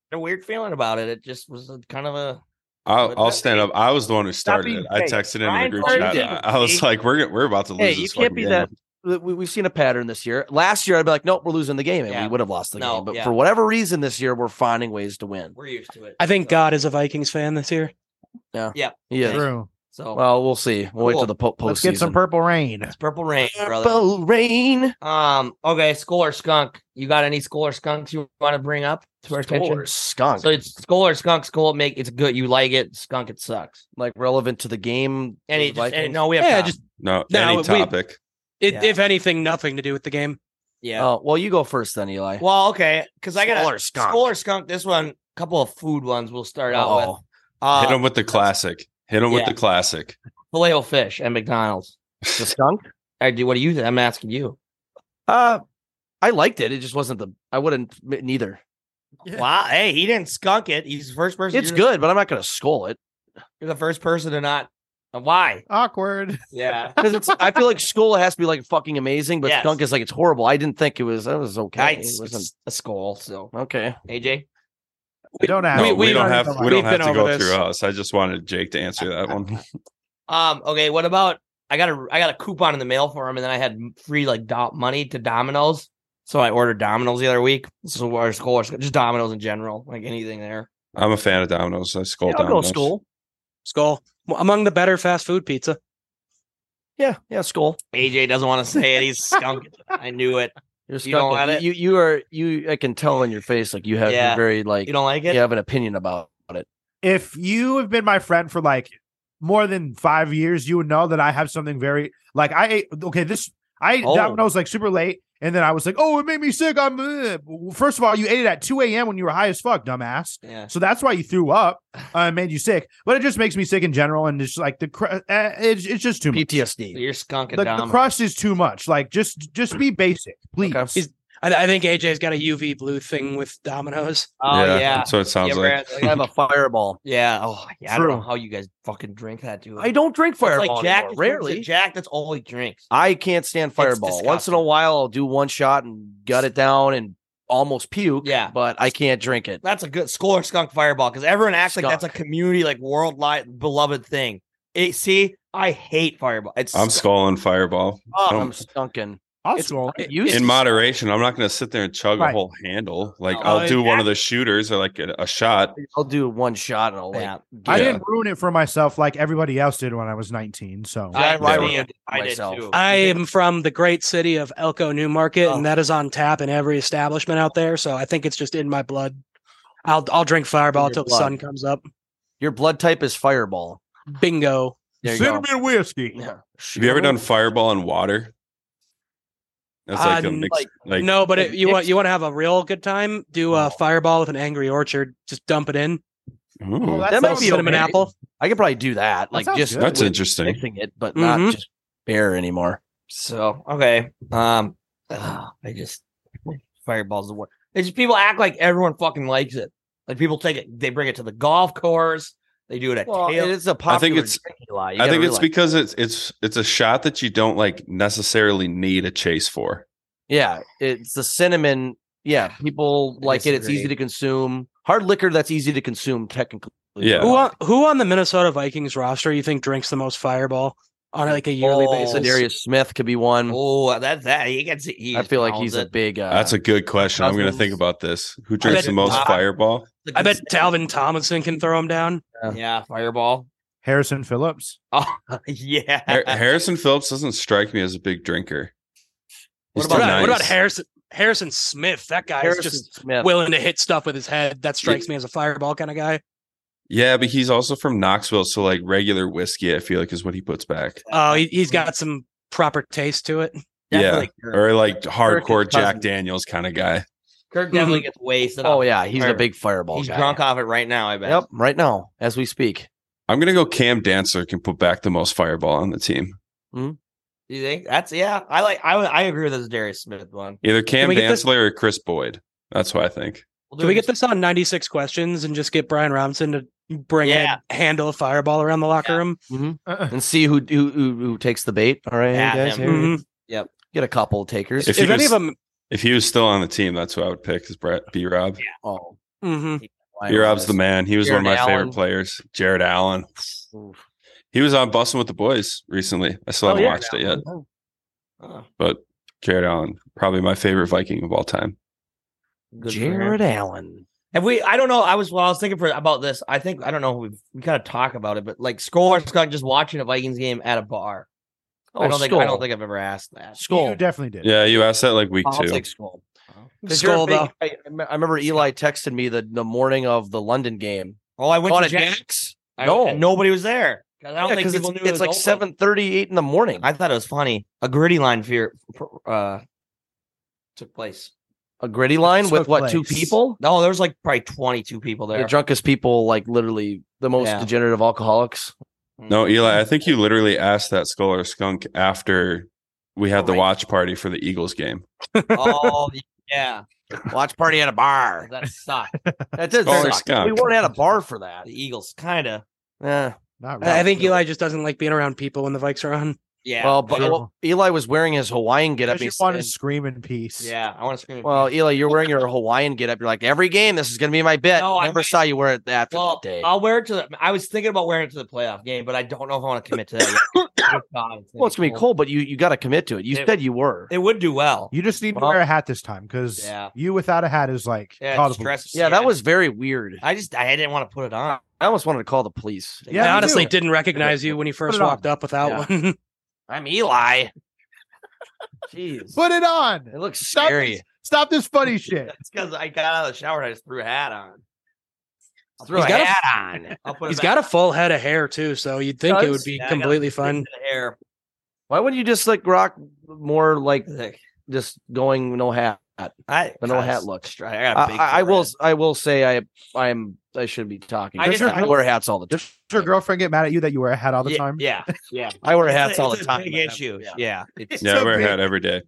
had a weird feeling about it. It just was a, kind of a. I'll, But I'll that- stand up. I was the one who started being it. I fake. texted in the Brian group Flores chat. did I, I was fake. like, "We're we're about to lose Hey, you this can't fucking be game." that. We, we've seen a pattern this year. Last year, I'd be like, nope, we're losing the game, and Yeah. we would have lost the No, game. But yeah. for whatever reason, this year we're finding ways to win. We're used to it. I think uh, so- God is a Vikings fan this year. Yeah. True. So Well, we'll see. We'll wait Cool. till the po- postseason. Let's get some purple rain. it's purple rain, brother. Purple rain. Um. Okay. Skull or skunk? You got any skull or skunks you want to bring up to our attention? Or skunk. So it's skull or skunk. Skull make it's good. You like it. Skunk it sucks. like relevant to the game. And of it the just, and Vikings? no, we have Yeah, time. just No, No, any we- topic. it, Yeah. if anything, nothing to do with the game. yeah. Oh, well, you go first then, Eli. Uh, Well, okay, because I got Skull a or skunk? skull or skunk. This one, couple of food ones. We'll start out with Oh, Hit uh, him with the classic. Hit him with yeah. the classic. filet o fish at McDonald's. the skunk. I do. What do you? think? I'm asking you. Uh, I liked it. It just wasn't the. I wouldn't m- neither. Wow. Hey, he didn't skunk it. He's the first person. It's you're good, but I'm not going to skull it The, you're the first person to not. uh, Why? Awkward. Yeah. because it's. I feel like skull has to be like fucking amazing, but Yes. skunk is like it's horrible. I didn't think it was. That was okay. I, it it's wasn't a skull. So okay. AJ. We don't have. No, we, we don't already have. know that. We don't We've have been to over go this. through us. I just wanted Jake to answer that *laughs* one. *laughs* Um. Okay. What about? I got a I got a coupon in the mail for him, and then I had free like do- money to Domino's. So I ordered Domino's the other week. So our skull or skunk, just Domino's in general, like anything there. I'm a fan of Domino's. I scold Yeah, I'll go Domino's. skull. Skull Well, among the better fast food pizza. Yeah, yeah, skull. AJ doesn't want to say it. He's skunk. I knew it. You're You don't skunk. want it? You, you are you. I can tell in your face like you have Yeah. you're very like You don't like it? you have an opinion about it. If you have been my friend for like more than five years, you would know that I have something very like I ate. Okay, this I ate Oh. Domino's like super late, and then I was like, "Oh, it made me sick." I'm uh. first of all, you ate it at two a.m. when you were high as fuck, dumbass. Yeah. So that's why you threw up. Uh, it made you sick, but it just makes me sick in general, and it's like the cr- uh, it's it's just too much. PTSD. You're skunk and The, the crust is too much. Like just just be basic, please. Okay. He's- I, I think AJ's got a UV blue thing with Domino's. Oh yeah. that's what it sounds You ever like. had- I *laughs* have a fireball. yeah. Oh yeah. I don't know True. how you guys fucking drink that, dude. I don't drink It's fireball. like Jack. anymore, that's- rarely. Jack. That's all he drinks. I can't stand Fireball. Once in a disgusting. while, I'll do one shot and gut it down and almost puke. Yeah. but I can't drink it. That's a good skull or skunk fireball because everyone acts like that's a Skunk. community, like worldwide beloved thing. It, see, I hate fireball. It's I'm skunk. skulling Fireball. Oh, Don't- I'm skunking. I'll It's- scroll. It used in to- moderation. I'm not going to sit there and chug a Right. whole handle. Like No. I'll Oh, do one of the shooters or like a, a shot. I'll do one shot and I'll like. Yeah. I Yeah. didn't ruin it for myself like everybody else did when I was 19. So I, Yeah. I, did- I did Myself. too. I am from the great city of Elko Newmarket, Oh. and that is on tap in every establishment out there. So I think it's just in my blood. I'll I'll drink Fireball In your till the sun comes up. Your blood type is Fireball. Bingo. There you go. cinnamon whiskey. Yeah. Have you ever done Fireball and water? That's like Uh, a mix. like- Like, no, but like it, you want mixed- you want to have a real good time? Do a Fireball with an Angry Orchard. Just dump it in. Ooh, Well, that's, That might Some be cinnamon okay. apple. I could probably do that. Like sounds just good. That's with interesting. mixing it, but not Mhm. just beer anymore. So okay, um, *sighs* ugh, I just fireballs the word. It's just people act like everyone fucking likes it. Like people take it, they bring it to the golf course. They do it at Well, tail- it is a I popular think it's- drinking lot. You I gotta think it's realize. because it's it's it's a shot that you don't like necessarily need a chase for. Yeah, it's the cinnamon. Yeah, people I like it. It's disagree. easy to consume. Hard liquor that's easy to consume, technically. Yeah. Who on, who on the Minnesota Vikings roster you think drinks the most Fireball on like a yearly Oh, basis? Darius Smith could be one. Oh, that that he gets. He I feel like pounds he's a it. big. Uh, That's a good question. I'm going to Cousins. think about this. Who drinks bet- the most uh, Fireball? I bet Dalvin Tomlinson can throw him down. Yeah, fireball. *laughs* Harrison Phillips. Oh yeah. *laughs* Har- Harrison Phillips doesn't strike me as a big drinker. What He's What too about, what nice. about Harrison Harrison Smith? That guy Harrison is just Smith. willing to hit stuff with his head. That strikes me as a Fireball kind of guy. Yeah, but he's also from Knoxville, so like regular whiskey, I feel like is what he puts back, Oh, he, he's got some proper taste to it. Definitely Kirk. or like hardcore Jack Cousins. Daniels kind of guy. *laughs* Kirk definitely gets wasted. oh off- yeah, he's a Fireball. big fireball. he's guy. drunk off it right now. I bet. Yep, right now as we speak. I'm going to go Cam Dancer can put back the most Fireball on the team. Do you think that's yeah? I like. I I agree with this Darius Smith one. Either Cam we get this- Dantzler or Chris Boyd. That's what I think. We'll do Can we it get this on 96 questions and just get Brian Robinson to bring Yeah. a handle of Fireball around the locker Yeah. room? And see who who who, who takes the bait. All right, At guys, him. here. Mhm. get a couple of takers. If If, he any was- of them, If he was still on the team, that's who I would pick. Is Brett B. Rob? oh, mhm. my B. Rob's the goodness. man. He was Jared one of my Allen. favorite players. Jared Allen. He was on Bustin' with the Boys recently. I Oh, still haven't yeah. watched it yet. Oh. But Jared Allen, probably my favorite Viking of all time. Good for him. Jared Allen. Have we? I don't know. I was. Well, I was thinking for about this. I think I don't know. We we kind of talk about it, but like Scholar Skunk just watching a Vikings game at a bar. Oh, I don't think. I don't think I've ever asked that. Skull. You definitely did. Yeah, you asked that like week I'll two. take Skull. Skull, though. I, I remember Eli texted me the, the morning of the London game. Oh, I went Gone to at Jack. Jack's. I- No. and nobody was there. 'Cause I don't Yeah, think 'cause people it's, knew. it it's was like open. seven thirty eight in the morning. I thought it was funny. A gritty line fear uh, took place. A gritty line with Took what two place. people? No, there was like probably twenty two people there. The drunkest people, like literally the most Yeah. degenerative alcoholics. No, Eli, I think you literally asked that skull or skunk after we had Oh the my watch party for the Eagles game. *laughs* oh yeah, Watch party at a bar. that sucked. *laughs* That did Skull or suck. skunk. We weren't at a bar for that. The Eagles kind of Yeah. Not I I really. think Eli just doesn't like being around people when the Vikes are on. yeah. well, but sure. well, Eli was wearing his Hawaiian I getup. just He's- want to and- scream in peace. yeah, I want to scream. Well, Eli, you're wearing your Hawaiian getup. You're like every game. This is going to be my bet. No, I Never might- saw you wear it after Well, uh, that day. I'll wear it to the. I was thinking about wearing it to the playoff game, but I don't know if I want to commit to that. *coughs* Yet. Good God, well, it's going to be cold, but you you got to commit to it. You It- said you were. It would do well. You just need Well- to wear a hat this time because Yeah. you without a hat is like Yeah, call it the police. stresses- yeah, that was very weird. I just I didn't want to put it on. I almost wanted to call the police. Yeah, I me honestly too. didn't recognize you when you first it on. walked up without one. I'm Eli. Jeez, Put it on. it looks Stop scary. this, stop this funny *laughs* shit. It's because I got out of the shower and I just threw a hat on. I'll Throw a got a- hat on. I'll put He's it got a full head of hair too, so you'd think it Does? would be Yeah, I got completely back fun. into the hair. Why wouldn't you just like rock more like Like, just going no hat? I, I The no I- hat look. I, got a big I, I will. forehead. I will say I. I'm. I shouldn't be talking. I I, just- I wear hats all the time. Does your girlfriend get mad at you that you wear a hat all the yeah, time? Yeah, *laughs* yeah. I wear It's a- hats all it's the a time. Big but I'm- issue. yeah. Yeah, it's Yeah, I so wear a big. hat every day.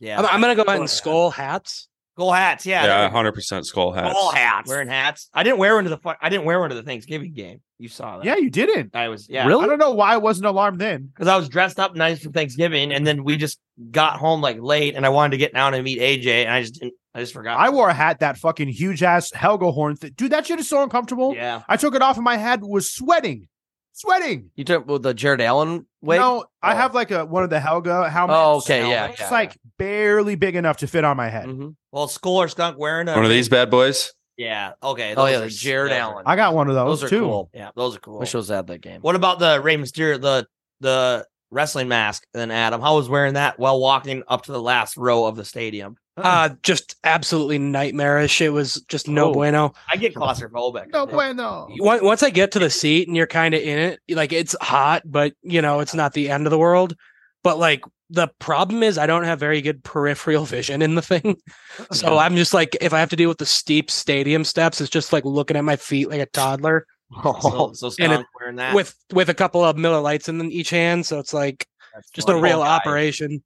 yeah. I'm, I'm gonna go out Skull and hat. skull hats. Goal hats. Yeah, Yeah, they're 100% skull hats. All hats. Wearing hats. I didn't wear one to the. fu- I didn't wear one to the Thanksgiving game. You saw that. Yeah, you didn't. I was. Yeah. I Really? don't know why I wasn't alarmed then. Because I was dressed up nice for Thanksgiving, and then we just got home like late, and I wanted to get down and meet AJ, and I just didn't. I just forgot. I wore a hat that fucking huge ass Helga horn. Th- Dude, that shit is so uncomfortable. Yeah. I took it off and my head was sweating. Sweating. You took well, the Jared Allen way. No, I Oh. have like a one of the Helga helmets. Oh, okay, yeah, It's yeah, like barely big enough to fit on my head. Mhm. Well, school or skunk wearing a. One of these bad boys? Yeah. Okay. Oh those yeah, are- the Jared those are- Allen. I got one of those, Those are too. cool. Yeah, those are cool. Wish I was at that game. What about the Ray Mysterio, the the wrestling mask? Then Adam, how was wearing that while walking up to the last row of the stadium? Uh just absolutely nightmarish. It was just no Oh. bueno. I get claustrophobic. No bueno. Once once I get to the seat and you're kind of in it, like it's hot, but you know it's not the end of the world. But like the problem is I don't have very good peripheral *laughs* vision in the thing, so I'm just like if I have to deal with the steep stadium steps, it's just like looking at my feet like a toddler. *laughs* So, so And skunk wearing that with with a couple of Miller Lights in each hand, so it's like Just a real guy. operation.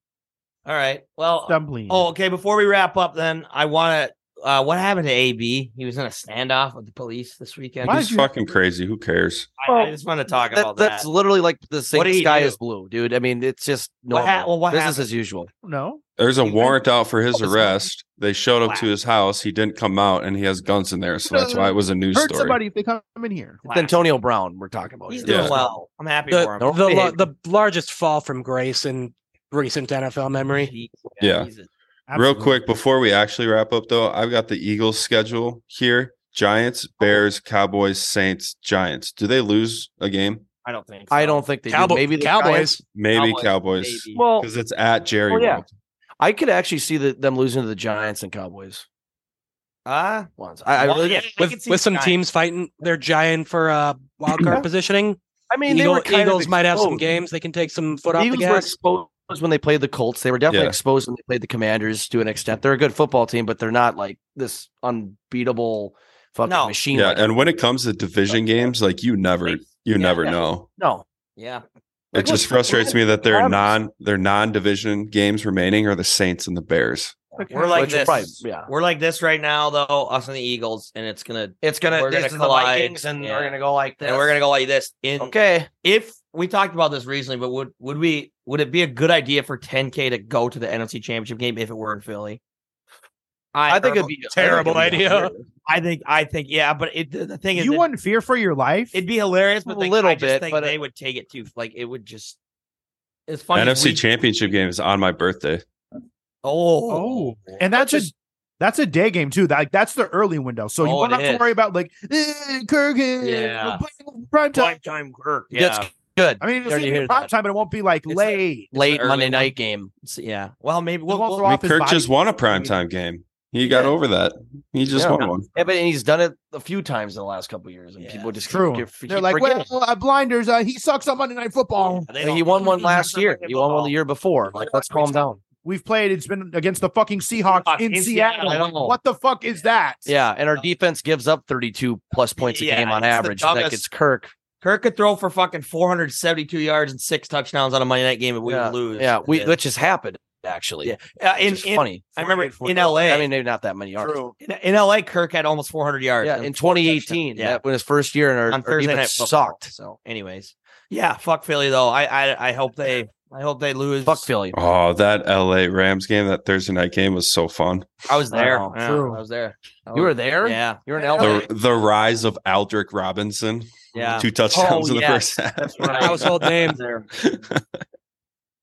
All right. Well, Dumpling. oh, okay. Before we wrap up, then I want to. Uh, what happened to AB? He was in a standoff with the police this weekend. Why He's you- fucking crazy. Who cares? I, I just want to talk about that. That's literally like the same What did he sky do? is blue, dude. I mean, it's just What normal. ha- well, what Business happened? as usual. no. There's a He- warrant out for his Oh, it's not- arrest. They showed up to his house. He didn't come out, and he has guns in there, so that's why it was a news Hurt story. somebody if they come in here. It's Antonio Brown we're talking about. He's here. doing Yeah. well. I'm happy The, for him. the, Normal la- behavior. the largest fall from grace in recent NFL memory. He- Yeah. he's a- Real Absolutely. quick before we actually wrap up, though, I've got the Eagles schedule here: Giants, Bears, Cowboys, Saints, Giants. Do they lose a game? I don't think. I so. don't think they do. Cowboy, Maybe the Giants. Cowboys. Maybe Cowboys, Cowboys, maybe. Well, because it's at Jerry Well, yeah. World. I could actually see the, them losing to the Giants and Cowboys Ah, once. I, I well, really. yeah, I could With see with the some Giants. teams fighting, they're giant for *coughs* uh, wild card Yeah. positioning. I mean, they Eagle- were kind of Eagles might have some exposed. games they can take some foot The off the Eagles were gas. exposed when they played the Colts. They were definitely Yeah. exposed when they played the Commanders to an extent. They're a good football team, but they're not like this unbeatable fucking No. machine. Yeah, like- and when it comes to division games, like you never, you never yeah. know. no, Yeah. It just frustrates me that their non their non division games remaining are the Saints and the Bears. We're like Which is this. probably- yeah. We're like this right now, though. Us and the Eagles, and it's gonna. It's gonna. We're gonna this is collide. the Vikings, and Yeah. we're gonna go like this. And we're gonna go like this. In Okay. if we talked about this recently, but would would we would it be a good idea for 10K to go to the NFC Championship game if it were in Philly? I think it'd be I think Terrible it'd be- idea. I think. I think. Yeah, but it, the the thing is, You it- wouldn't fear for your life. It'd be hilarious, but A like, little I just bit, think but, uh, they would take it too. Like it would just. It's funny. NFC Championship game is on my birthday. Oh, oh, and that's just that's a day game too. That like, that's the early window, so you Oh, won't it have to is. worry about like eh, Kirk. eh, Yeah. prime time. time Kirk. Yeah, That's good. I mean, it'll Already still be hear prime that. time, but it won't be like It's late. Late early Monday one. night game. It's- yeah. Well, maybe we'll, won't we'll- throw I mean, off his Kirk body. just won *laughs* a primetime game. He got Yeah. over that. He just Yeah. won one. Yeah, but and he's done it a few times in the last couple of years, and Yeah, people just true. Keep, keep They're like, forgetting. well, uh, blinders. Uh, he sucks on Monday Night Football. they Like, he don't- won one last doesn't year. play He won one football. the year before. Like, let's calm down. We've played. It's been against the fucking Seahawks Fuck, in in Seattle. Seattle, I don't know. What the fuck is that? Yeah, and our defense gives up 32 plus points a Yeah, game on it's the average. That dumbest- gets Kirk. Kirk could throw for fucking 472 yards and six touchdowns on a Monday night game, and we would lose. Yeah, we Yeah. which has happened actually. Yeah. Uh, in, Which is in- funny. I remember 48, in LA. I mean, maybe not that many yards. in, in LA, Kirk had almost 400 yards. Yeah, and in four 2018, touchdowns. yeah, that when his first year, and our, on our Thursday night defense football. sucked. So, anyways, yeah, fuck Philly though. I I, I hope they I hope they lose. Fuck Philly. Oh, that LA Rams game, that Thursday night game was so fun. I was there. Oh, Yeah, true. I was there. I You were was- there. Yeah, You're in Yeah. LA. The the rise of Aldrick Robinson, yeah. two touchdowns Oh, in the yes. first *laughs* half. Right. Household name. *laughs* there.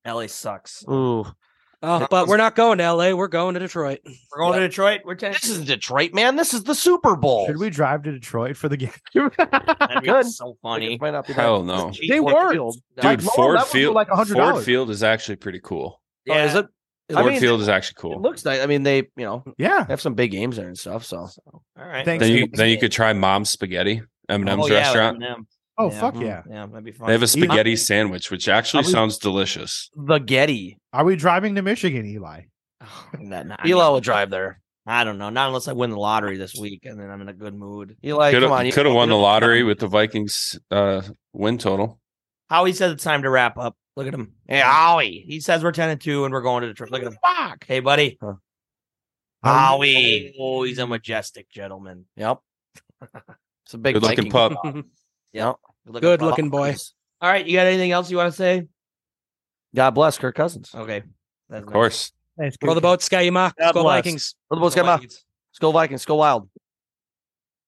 LA sucks. Ooh, Oh, but we're not going to LA. We're going to Detroit. We're going to Detroit. We're ten. this *laughs* is Detroit, man. This is the Super Bowl. Should we drive to Detroit for the game? That'd be Good. So funny. Might not be that- Hell no. Cheap They Ford worked. Field. Dude, lower Ford levels were Field like Ford $100. Field is actually pretty cool. Oh, Yeah. is it? I Ford mean, Field is actually it cool. looks nice. I mean, they you know Yeah. have some big games there and stuff. So All right. Thanks. Then you then you could try Mom's Spaghetti, Eminem's Oh, yeah, restaurant. M&M. Oh Yeah. fuck Mhm. yeah. Yeah, that'd be fun. They have a Even- spaghetti sandwich, which actually Are we- sounds delicious. the Getty, Are we driving to Michigan, Eli? Nah, nah, Eli will drive there. I don't know. Not unless I win the lottery this week, and then I'm in a good mood. Eli, Could come on, have you- could have won the you- lottery with the Vikings uh, win total. Howie says it's time to wrap up. Look at him. Hey, Howie. He says we're 10 and 2 and we're going to Detroit. Look at him. Fuck. Hey, buddy. Huh. Howie. Oh, he's a majestic gentleman. Yep, it's a big Good looking Viking. pup. Yep. Good looking boy. All right. You got anything else you want to say? God bless Kirk Cousins. Okay. That's Of course. Thanks, Roll the Kirk. boat, Sky Yamaha. God Go bless. Vikings. Let's go Vikings. Let's go Wild.